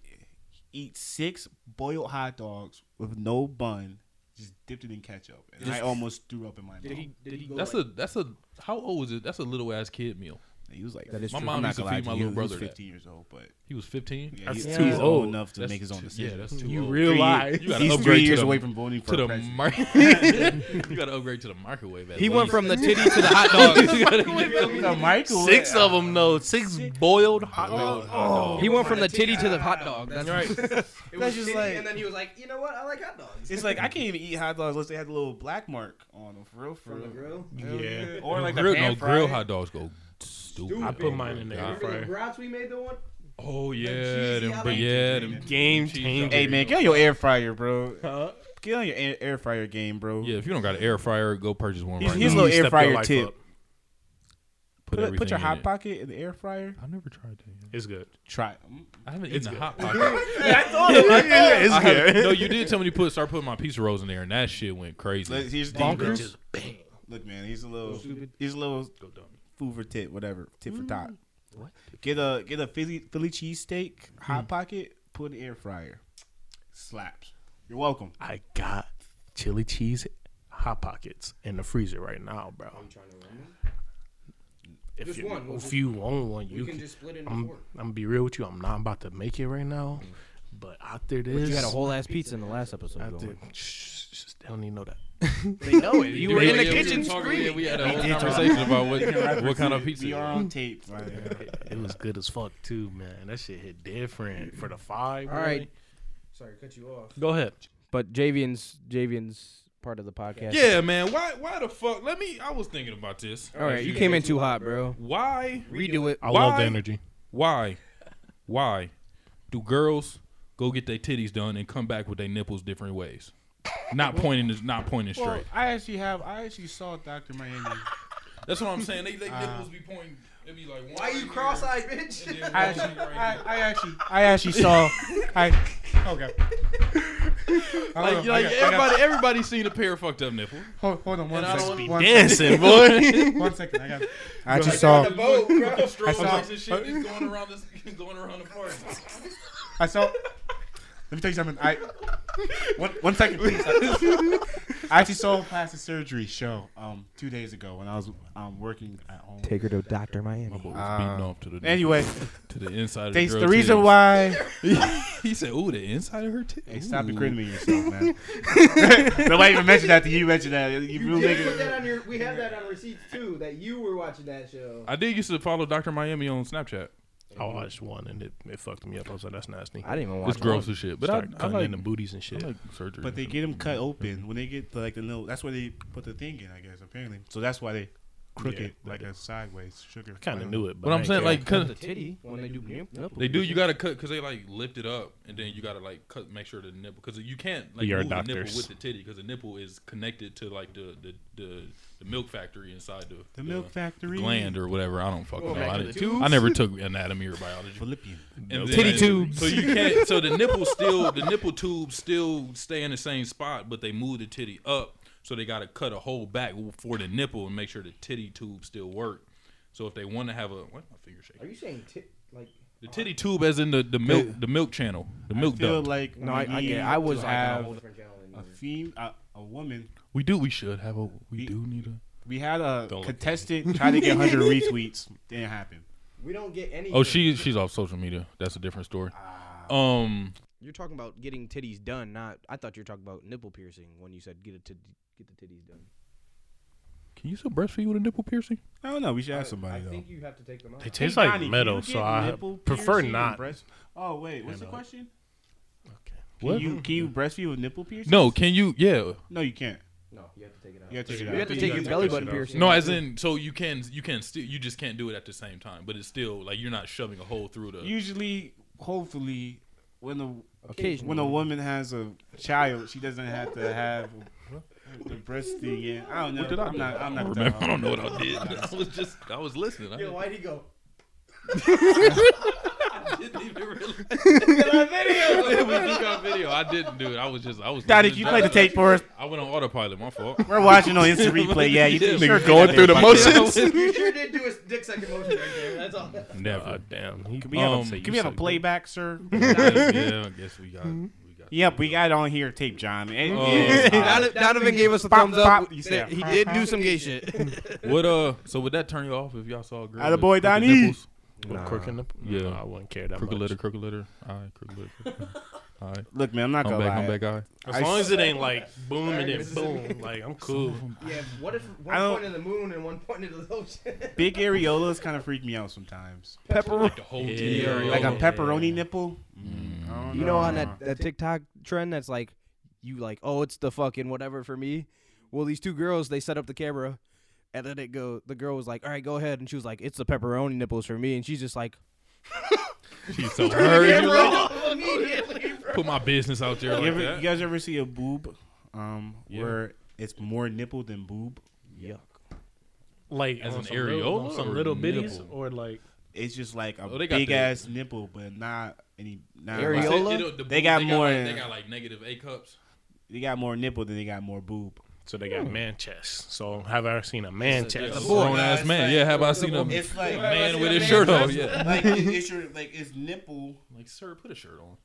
eat six boiled hot dogs with no bun, just dipped it in ketchup, and I almost threw up in my mouth. He,
Did he go
That's
like,
a that's a how old is it? That's a little ass kid meal.
was like,
That is
My
true.
mom
I'm not
used to
gonna lie
feed
to
my
you,
little
he
brother
was
that.
15 years old, but
He was 15.
yeah,
That's
he's,
too
he's
old.
old enough to
That's
make his own
too-
decision.
Yeah, that's too
you
old.
realize
You gotta
he's
upgrade
three
to
years
the-
away from voting for
to the
president.
mar- You gotta upgrade to the microwave. At
He
least.
went from the titty to the hot dog.
You gotta-
the microwave.
six of them though. Six boiled hot
Oh,
dogs.
He went from the titty to the hot dog. That's right.
it was
just
shitty,
like-
and then he was like, you know what? I like hot dogs.
It's like I can't even eat hot dogs unless they had a little black mark on them. For real, for
From the
real.
grill.
Hell
Yeah.
Or like
grill,
a pan
no grill hot dogs go stupid.
I
Oh
put mine
my
in the air
God.
Remember
fryer.
the brats we made the one?
Oh yeah, them,
cheesy
but
jalapeno
yeah, them
Game
cheese
changer.
jalapeno.
Hey man, get on your air fryer, bro. Get on your air air fryer game, bro.
Yeah, if you don't got an air fryer, go purchase one
Here's,
right
here's a
now.
little air
Step your
fryer
life
tip.
up.
Put, it- put your
everything in
hot
it.
pocket in the air fryer.
I've never tried that. Yet.
It's good.
Try.
I haven't eaten a hot pocket.
it's
I haven't- no, you did tell me to put start putting my pizza rolls in there, and that shit went crazy.
Let, here's the thing, bro. Look, man, he's a little, he's a little food for tit, whatever, tit for tot. What? Get a get a Philly Philly cheesesteak, hot pocket, put in the air fryer. Slaps. You're welcome.
I got chili cheese hot pockets in the freezer right now, bro. If
Just
you,
one. We'll
If
just-
you want one,
We
you
can
can.
just split it into
I'm,
four.
I'm gonna be real with you. I'm not about to make it right now, but after this,
You had a whole ass pizza in the last episode.
I
going.
think shh, shh, shh, they don't even know that.
you were in the kitchen screaming. We had a whole conversation about what, what kind of pizza.
We are on tape. Like,
It was good as fuck too, man. That shit hit different for the five.
All
really.
right.
Sorry, cut you off.
go ahead.
But Javian's Javian's part of the podcast.
Yeah, man. Why? Why the fuck? Let me. I was thinking about this.
All right, you came in too hot, bro.
Why?
Redo it.
I
Why?
love the energy.
Why? Why do girls go get their titties done and come back with their nipples different ways? Not pointing. Not pointing straight.
I actually have. I actually saw Doctor Miami.
That's what I'm saying. They, they nipples be pointing. It be like,
uh, Why you cross-eyed, bitch?
I actually, I, I actually, I actually saw. I okay. I don't know.
Like, like
I got- I got-
everybody, everybody's seen a pair of fucked up nipple.
hold, hold on one
I don't
second.
be
One
Dancing, boy.
second, one second. I got. I actually saw.
Strobe
saw-
lights and shit is going around this, going around the park.
I saw. Let me tell you something. I one, one second, please. I actually saw a plastic surgery show um two days ago when I was um working at home.
Take her to Doctor Miami.
Boy was beating off to the
Anyway,
to the inside. Of
they,
girl
the reason
titties.
why
he said, "Ooh, the inside of her titty."
hey, stop
Ooh.
incriminating yourself, man. Nobody even mentioned that to you. Mentioned that you
You
really
did
make
put that on your. We have that on receipts too. That you were watching that show.
I did used to follow Doctor Miami on Snapchat.
I watched one and it, it fucked me up. I was like, that's nasty.
I didn't even watch.
It's gross as shit, but I,
Start
I
cutting
like,
in the booties and shit.
I like surgery.
But they get them cut open when they get the, like the little. That's where they put the thing in, I guess. Apparently, so that's why they crooked
Yeah,
like a sideways sugar.
kind of knew it, but
But
I
I'm
ain't
saying,
care.
like, 'cause
Titty when they do nipple.
they do. You gotta cut because they like lift it up, and then you gotta like cut, make sure the nipple because you can't like
We are
move the nipple
doctors.
with the titty because the nipple is connected to like the the, the, the milk factory inside the
The milk factory.
gland or whatever. I don't fucking know.
back
I,
to the
didn't- I never took anatomy or biology.
Philippian.
And
Titty
then-
tubes.
So you can't. So the nipple still, the nipple tubes still stay in the same spot, but they move the titty up. So they got to cut a hole back for the nipple and make sure the titty tubes still work. So if they want to have a, why my finger
Are
shaking?
you saying tit like?
The titty tube, as in the, the milk, the milk channel, the milk
feel
duct.
like
No, I, I
we
get. I
need
was
to
have.
have a fem a, a woman.
we do. We should have a. We do need a.
We had a
Don't look.
contestant try to get 100 retweets. Didn't happen.
We don't get any.
Oh, she she's off social media. That's a different story.
Ah.
Um,
You're talking about getting titties done, not. I thought you were talking about nipple piercing when you said get a titty, get the titties done.
can you still breastfeed with a nipple piercing?
I don't know. We should ask
I
somebody though.
think you have to take them out.
they taste like
Johnny, can
metal,
you
so
get
I
nipple
prefer
piercing and
not.
breast- Oh wait, what's the question? Can
What?
you can you breastfeed with nipple piercing?
No, can you? Yeah.
No, you can't.
No, you have to take it out.
You have to take it
You have
out.
to take your belly button piercing.
No, as in, so you can you can still you just can't do it at the same time, but it's still like you're not shoving a hole through the.
Usually, hopefully, when a
Occasionally.
when a woman has a child, she doesn't have to have the breast thing. In. I don't know.
did I
I'm
do?
not. I'm
I
not.
remember, I don't know what I did. I was just I was listening. I
Yo, why'd he go?
didn't even realize. video. we do got video. I didn't do it. I was just I was.
Daddy,
listening
you
to
play the
it.
tape for us.
I went on autopilot. My fault.
We're watching on instant replay. Yeah, you
Nigga
sure
going
did that
through the
thing.
motions.
You sure did do a dick sucking motion right there. That's all.
Never.
Uh, damn.
Can we have,
Um,
a,
you
can we have a
suck.
playback, sir?
yeah, yeah, I guess we got.
Mm-hmm.
We got
yep, we got it on here tape, John. It-
Oh.
it-
Donovan, Donovan gave us a
Pop,
thumbs up.
pop, you said.
He did do some gay shit.
What uh? So would that turn you off if y'all saw a girl?
Attaboy,
with crooked
Donnie.
nipples?
With crook in the-
Yeah.
No, I wouldn't care that
Crooked
much.
letter, crooked letter. All right, crooked letter. crooked letter. All right,
Look, man, I'm not
I'm
gonna
back. I'm
lie.
back. All right.
As long as it ain't like boom and then boom, like I'm cool.
Yeah, what if one
I don't-
point in the moon and one point in the ocean?
Big areolas kind of freak me out sometimes.
Pepper.
The whole
titty area.
Like a
Yeah.
pepperoni nipple. Mm, I don't
You know on
man.
that, that TikTok trend that's like, you like, oh, it's the fucking whatever for me. Well, these two girls, they set up the camera, and then it go. The girl was like, all right, go ahead, and she was like, it's the pepperoni nipples for me, and she's just like,
She's so hurried.
Immediately, bro.
Put my business out there
You,
like
ever, you
that.
guys ever see a boob um,
Yeah.
where it's more nipple than boob?
Like
As
on
an
some little,
areola
on some
or
little
nipple?
bitties, or like
It's just like a
Oh, they got
big
the-
ass nipple, but not any. Not
Like,
like-
Areola?
it- it'll- the
They
boobs,
got more-
like- they got like negative A cups.
they got more nipple than they got more boob.
so they got man chest. So have I ever seen a man
That's
chest?
a grown ass
It's
man.
like-
Yeah, have I seen a
It's like
man with his shirt on? Yeah.
like it- it's your like it's nipple
Like, sir, put a shirt on.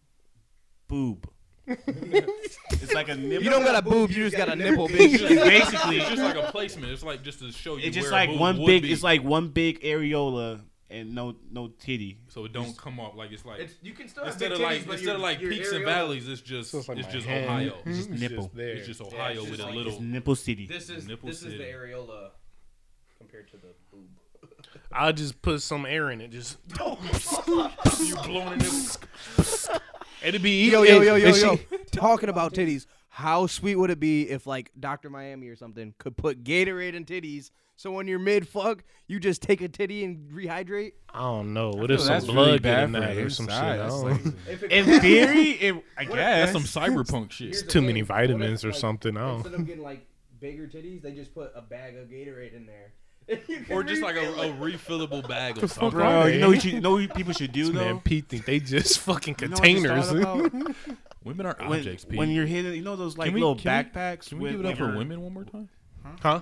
boob. it's like a nipple.
You don't got a boob, you just got a nipple, bitch.
basically.
It's just like a placement. It's like just to show you.
It's just
where a
like
boob
one
would
big.
be.
It's like one big areola and no no titty.
so it don't come off like it's like
It's, you can still have
instead
big
of like
titties, but
instead
your-
of like
your
peaks and
areola-
valleys, it's just
So it's like
it's
my
just
hand.
Ohio.
It's just nipple.
there.
It's just Ohio
it's
with
just
a
like-
little.
It's nipple city.
This is
Nipple
this is the
city.
areola compared to the boob.
I'll just put some air in it. Just
You blowing a nipple.
it'd be
Yo,
it-
yo, yo, yo,
it-
yo.
she-
Talking about titties, how sweet would it be if like Dr. Miami or something could put Gatorade in titties? So when you're mid fuck, you just take a titty and rehydrate.
I don't know. What if some
that's really
blood get in
bad for
that or
his
some shit?
size.
I
That's
don't
like-
know.
If it
In theory, it, I guess
That's some cyberpunk shit.
It's too many vitamins or something. I
Instead
don't.
of getting like bigger titties, they just put a bag of Gatorade in there. You can
Or just like a,
refill it.
a refillable bag of
fuck
something.
wrong?
Bro, you know what you know what people should do
Man,
though.
Pete think they just fucking
You know what I
containers.
just thought about?
Women are
when,
objects, Pete.
when you're hitting, you know those like
we-
little
can we-
backpacks.
Can we give
with-
it up for
with-
women one more time?
huh?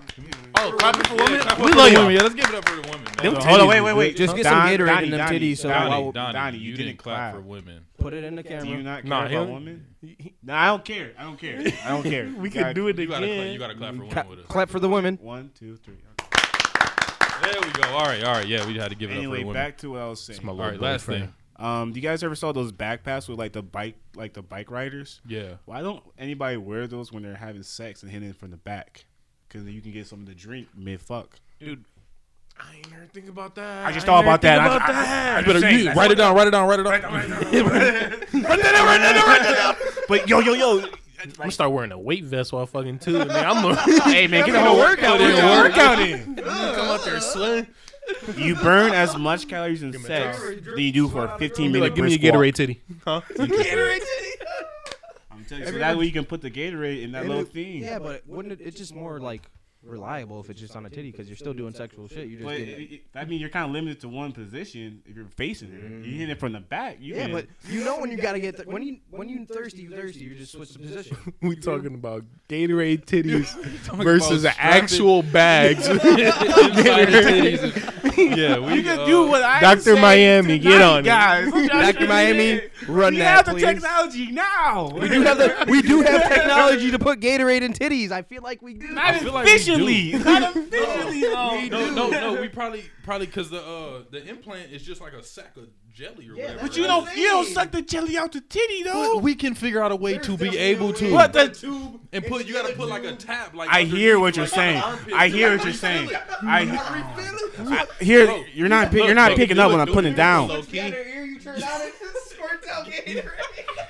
Oh, clap it for women.
We love y'all.
Yeah, let's give it up for the women. man.
Them
Hold on,
titties
wait,
is
wait, wait.
Just get some
Don-
Gatorade
Donnie,
in them
Donnie,
titties so
Donnie,
I'll-
Donnie,
Donnie,
you, didn't clap for women.
Put it in the
Do you
camera.
not care
Nah,
about
him-
women? Nah, I don't care. I don't care. I don't care.
We could do it
You gotta, clap,
again.
you gotta clap for women
Ca-
with us.
clap for the women.
One, two, three.
There we go. All right, all right. Yeah, we had to give it up for the
Anyway,
women.
back to what I was saying.
all right, last thing.
Um, do you guys ever saw those backpacks with like the bike, like the bike riders?
Yeah.
Why don't anybody wear those when they're having sex and hitting it from the back? Because you can get something to drink mid fuck.
I ain't never think about that.
I just thought about that. I- I- I-
You better you, write it down. Write it down. Write it down.
But yo, yo, yo.
I'm gonna start wearing a weight vest while fucking too. Man, I'm gonna
Hey man, get a whole workout in. Workout in.
come out there sweating.
You burn as much calories in sex than you do for a 15
Be
minute
like, give me a
brisk walk.
Gatorade titty. Huh?
I'm telling you, so that way you can put the Gatorade in that little thing.
Yeah, but wouldn't it? It's just more like reliable if it's just on a titty because you're still doing sexual shit. You just
But
getting-
it- it- I mean, you're kind of limited to one position if you're facing it. You hit it from the back. You
yeah,
can,
but you know when you gotta get th- when you when you thirsty you thirsty you just switch the position.
We talking about Gatorade titties
versus
versus actual bags.
Inside the titties. Yeah, we
you can do what I
Dr.
said
Miami, get
tonight,
on it.
guys.
Dr. Miami, run
we have
that please.
the technology now.
We do have the we do have technology to put Gatorade in titties. I feel like we do.
Not
feel like we do.
efficiently. Not efficiently. though.
No, no, no. We probably probably because the uh the implant is just like a sack of jelly or whatever.
But you don't. You don't suck the jelly out the titty though.
we can figure out a way to be able to.
What the tube?
And put you gotta put like a tap. Like
I hear what you're
underneath,
saying.
like, armpit.
I hear what you're saying. I, I here you're not pick, you're not
Look,
picking
look,
up when I'm
dude,
putting it down.
look,
It's got her ear, you turn on it, it squirts out Gatorade.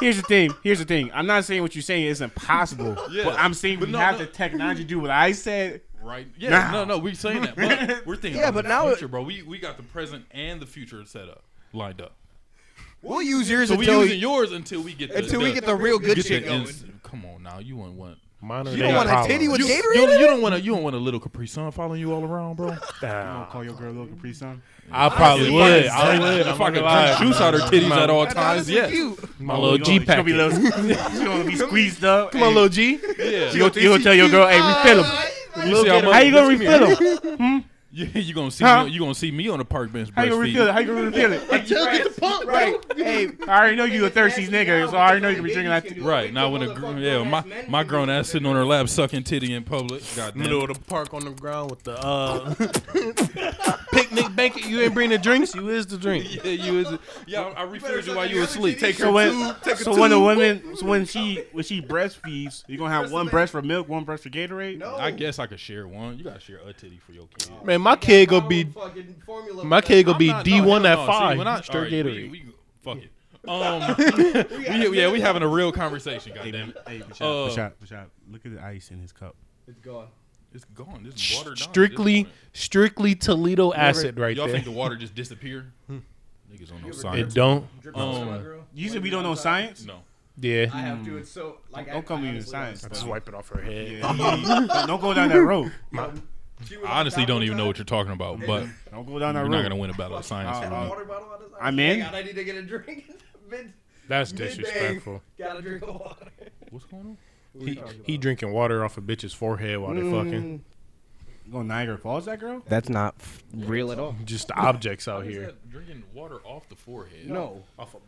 Here's the thing. Here's the thing. I'm not saying what you're saying is impossible.
Yeah.
But I'm saying
But
we
no,
have
no.
the technology to do what I said.
Right? Yeah.
Now.
No, no. We're saying that. But we're thinking.
Yeah,
about
but
the
now it-
future, bro. We we got the present and the future set up, lined up.
We'll use yours
So we
until
using yours until we get the,
until we get the real good
get the
shit going.
ins- Come on now, you want one.
Mine
You don't want a
titty with-
You,
Gatorade
you,
in
you don't want to. You don't want a little Capri Sun following you all around, bro.
Nah,
your girl little Capri Sun.
I probably would. I would.
If I could
lie.
drink juice out her titties
My-
at all
That's
times,
honestly
yeah,
cute.
My little G pack.
She's gonna be squeezed up.
Come on, little G.
yeah.
You gonna, you gonna tell your girl, hey, refill them.
You see how much-
How you gonna refill them?
You, you gonna see
Huh?
me, you gonna see me on the park bench
How you gonna refill it?
breastfeeding.
How you gonna refill it?
Get the pump, right?
Hey, I already know you a thirsty nigga, so I already know you can be drinking that. T-
Right now, when a gr- yeah, my my grown ass sitting on her lap sucking titty in public. God damn.
Middle of the park on the ground with the uh, picnic banquet. You ain't bring the drinks. You is the drink.
Yeah, you is. Yeah, I, I refilled you while you were asleep. Take her.
so when, so when a woman, so when she when she breastfeeds, you gonna have one breast for milk, one breast for Gatorade.
Oh,
No.
I guess I could share one. You gotta share a titty for your kid.
Man, my kid gonna be my kid gonna be D one at five.
When I, all
Straight
right, we,
Gatorade.
we, fuck it. Um, we, yeah, we having a real conversation. God damn it.
Hey, Bashad,
Uh,
Bashad, Bashad, look at the ice in his cup.
It's gone.
It's gone. This is watered down. at this
strictly
point.
strictly Toledo acid right
Y'all
there.
think the water just disappeared? Niggas don't know
It
science.
don't.
Drip on
Um,
my girl.
You said we don't know science.
No.
Yeah.
I have to. It's so like I-
Don't come
I
with your
honestly
science.
don't-
bro.
Just wipe it off her head.
Yeah, yeah, yeah. don't go down that road.
She was
I honestly
on top
don't
one
even know
time.
what you're talking about, but
Don't go down that
you're
road.
not gonna win a battle of science.
Uh,
for
uh,
me.
Water bottle out of the
I'm in.
God, I need to get a drink. Mid-
That's
midday.
disrespectful.
Gotta drink a water.
What's going on?
He, he drinking water off a bitch's forehead while they fucking.
You going Niagara Falls, that girl?
That's not f- real at all.
Just the objects out
How is
here.
that drinking water off the forehead?
No,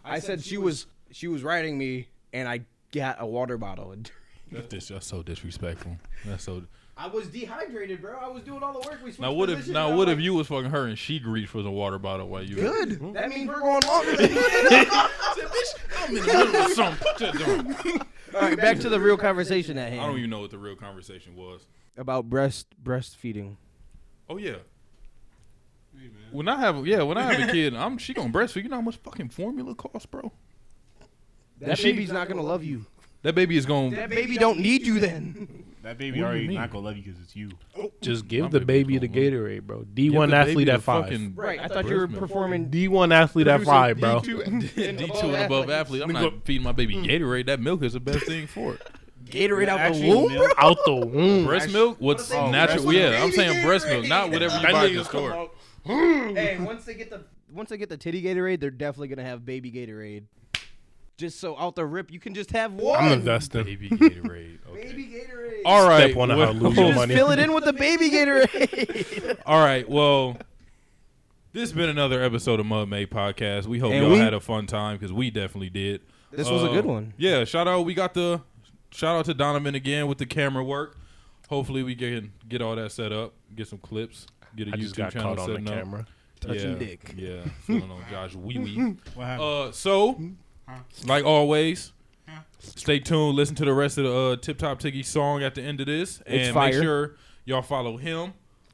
I said she was she was riding me, and I got a water bottle. and-
That's, dis- that's so disrespectful. That's so.
I was dehydrated, bro. I was doing all the work. We switched
Now what if
positions.
now
I'm
what
like,
if you was fucking her and she reached for the water bottle while you? Good.
That means we're going longer. than
I'm in the middle of something. Put that down.
All right, back to the real conversation at
I don't
hand
even know what the real conversation was.
about breast breastfeeding.
Oh yeah. When I have yeah, when I have a kid, I'm she gonna breastfeed. You know how much fucking formula costs, bro?
That, baby's not gonna love you.
That baby is gonna.
That baby don't need you then.
That baby
What do you
already
mean?
not gonna love you because it's you.
Just give
My
the
baby
baby the
don't love
Gatorade, bro. D1 athlete at five.
Right, I thought you were performing.
D1 athlete at five, bro.
D two and above athlete. I'm not feeding my baby
Mm.
Gatorade. That milk is the best thing for it.
Gatorade out the
Actually,
womb.
milk-
Out the womb.
Breast milk? What's
Oh,
natural?
breast milk.
Yeah, I'm saying breast milk, not whatever you buy at the store.
Hey, once they get the
Once I get the titty Gatorade, they're definitely gonna have baby Gatorade. Just so out the rip, you can just have one.
I'm investing.
Baby Gatorade. Okay.
baby Gatorade.
All right.
Step one of how
well-
to lose your
just
money.
fill it in with the baby Gatorade.
All right. Well, this has been another episode of Mud Made Podcast. We hope
And
y'all
we-
had a fun time because we definitely did.
This was a
Uh,
good one.
Yeah. Shout out. We got the shout out to Donovan again with the camera work. Hopefully we can get all that set up, get some clips, get a
I
YouTube
just got
channel
caught on the
setting up.
camera.
Touching yeah,
dick.
Yeah, feeling on Josh wee wee.
What happened?
Uh, so, like always, stay tuned. Listen to the rest of the uh, Tip Top Tiggy song at the end of this, and
fire. Uh,
make sure y'all follow him.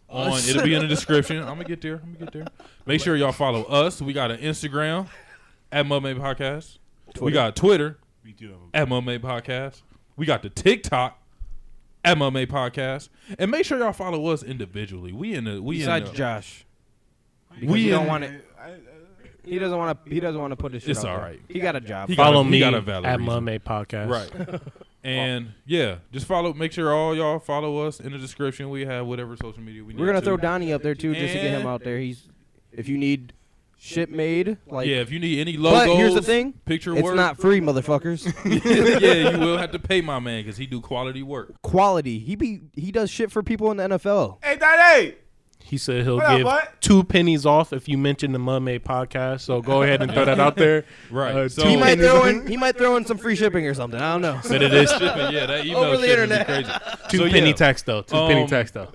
On it'll be in the description. I'm gonna get there. I'm gonna get there. Make sure y'all follow us. We got an Instagram at Mudmaid Podcast. We got Twitter
we do have a
at Mudmaid Podcast. We got the TikTok at Mudmaid Podcast. And make sure y'all follow us individually. We in the we
Besides
in the,
Josh,
we
he don't
in-
want it.
I- I-
He doesn't want to. He doesn't want to put his. Shit
It's
out there.
all right.
He got a job.
He got
Follow
a- he
me
got a valid
at
reason.
Mumay Podcast.
Right. And yeah, just follow. Make sure all y'all follow us in the description. We have whatever social media we need.
We're gonna
to.
throw Donnie up there too, just to get him
And-
out there. He's if you need shit made, like
yeah, if you need any logos,
But here's the thing,
picture
it's
work.
not free, motherfuckers.
yeah, you will have to pay my man because he do quality work.
Quality. He be he does shit for people in the NFL.
Oh.
Hey, Daddy!
He said he'll
What up,
give
bud?
two pennies off if you mention the Mumay Podcast. So go ahead and throw that out there.
Right.
Uh,
so
He
He might
pennies.
throw in he might throw in some free shipping or something. I don't know.
But it is
shipping, yeah, that email
Over the
shipping be
internet.
crazy.
two
So,
penny
yeah.
tax though. Two penny
Um,
tax though.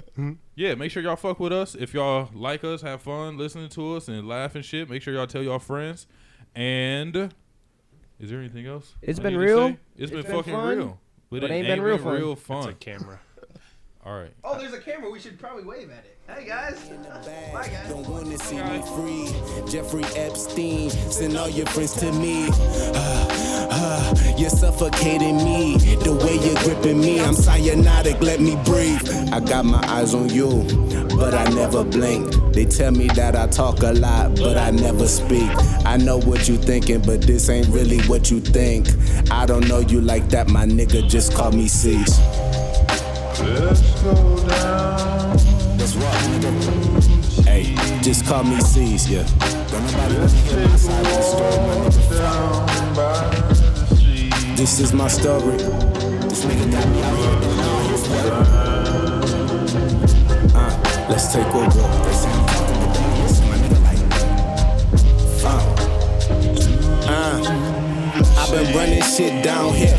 Yeah, make sure y'all fuck with us. If y'all like us, have fun listening to us and laugh and shit. Make sure y'all tell y'all friends. And is there anything else?
It's
I
been
need to
real.
say? it's been
been
fucking
fun.
real. But
But ain't been real fun.
fun.
camera.
All right.
Oh, there's a camera. We should probably wave at it. Hey guys. Bye guys.
Don't wanna see me free. Jeffrey Epstein, send all your friends to me. Ah, ah, you're suffocating me. The way you're gripping me, I'm cyanotic, let me breathe. I got my eyes on you, but I never blink. They tell me that I talk a lot, but I never speak. I know what you thinking, but this ain't really what you think. I don't know you like that, my nigga. Just call me Cease.
Let's go down.
That's right, nigga. Hey, just call me C's, yeah. Don't nobody wanna hear my side of the story, my nigga.
Down by the sea.
This is my story. This nigga got me out here doing all his work. Uh, let's take a walk. This ain't talking but they listen, my nigga, like, oh. uh, uh, I've been running shit down here.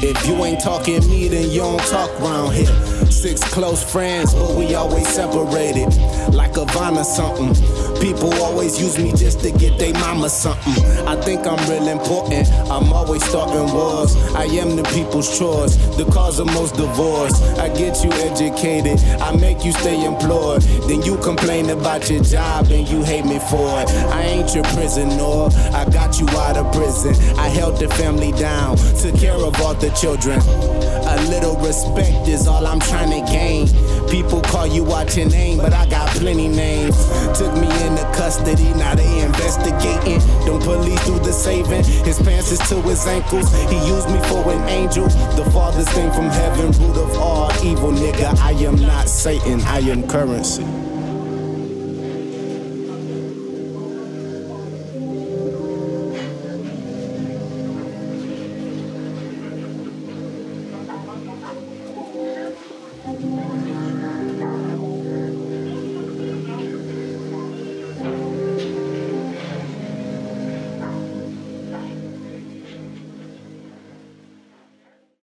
If you ain't talking me, then you don't talk round here. Six close friends, but we always separated. Like a vine or something. People always use me just to get they mama something. I think I'm real important. I'm always starting wars. I am the people's chores, the cause of most divorce. I get you educated, I make you stay employed. Then you complain about your job and you hate me for it. I ain't your prisoner, I got you out of prison. I held the family down, took care of all the children. A little respect is all I'm trying to gain. People call you out your name, but I got plenty names. Took me into custody, now they investigating. Don't police do the saving. His pants is to his ankles. He used me for an angel. The farthest thing from heaven, root of all evil, nigga. I am not Satan, I am currency.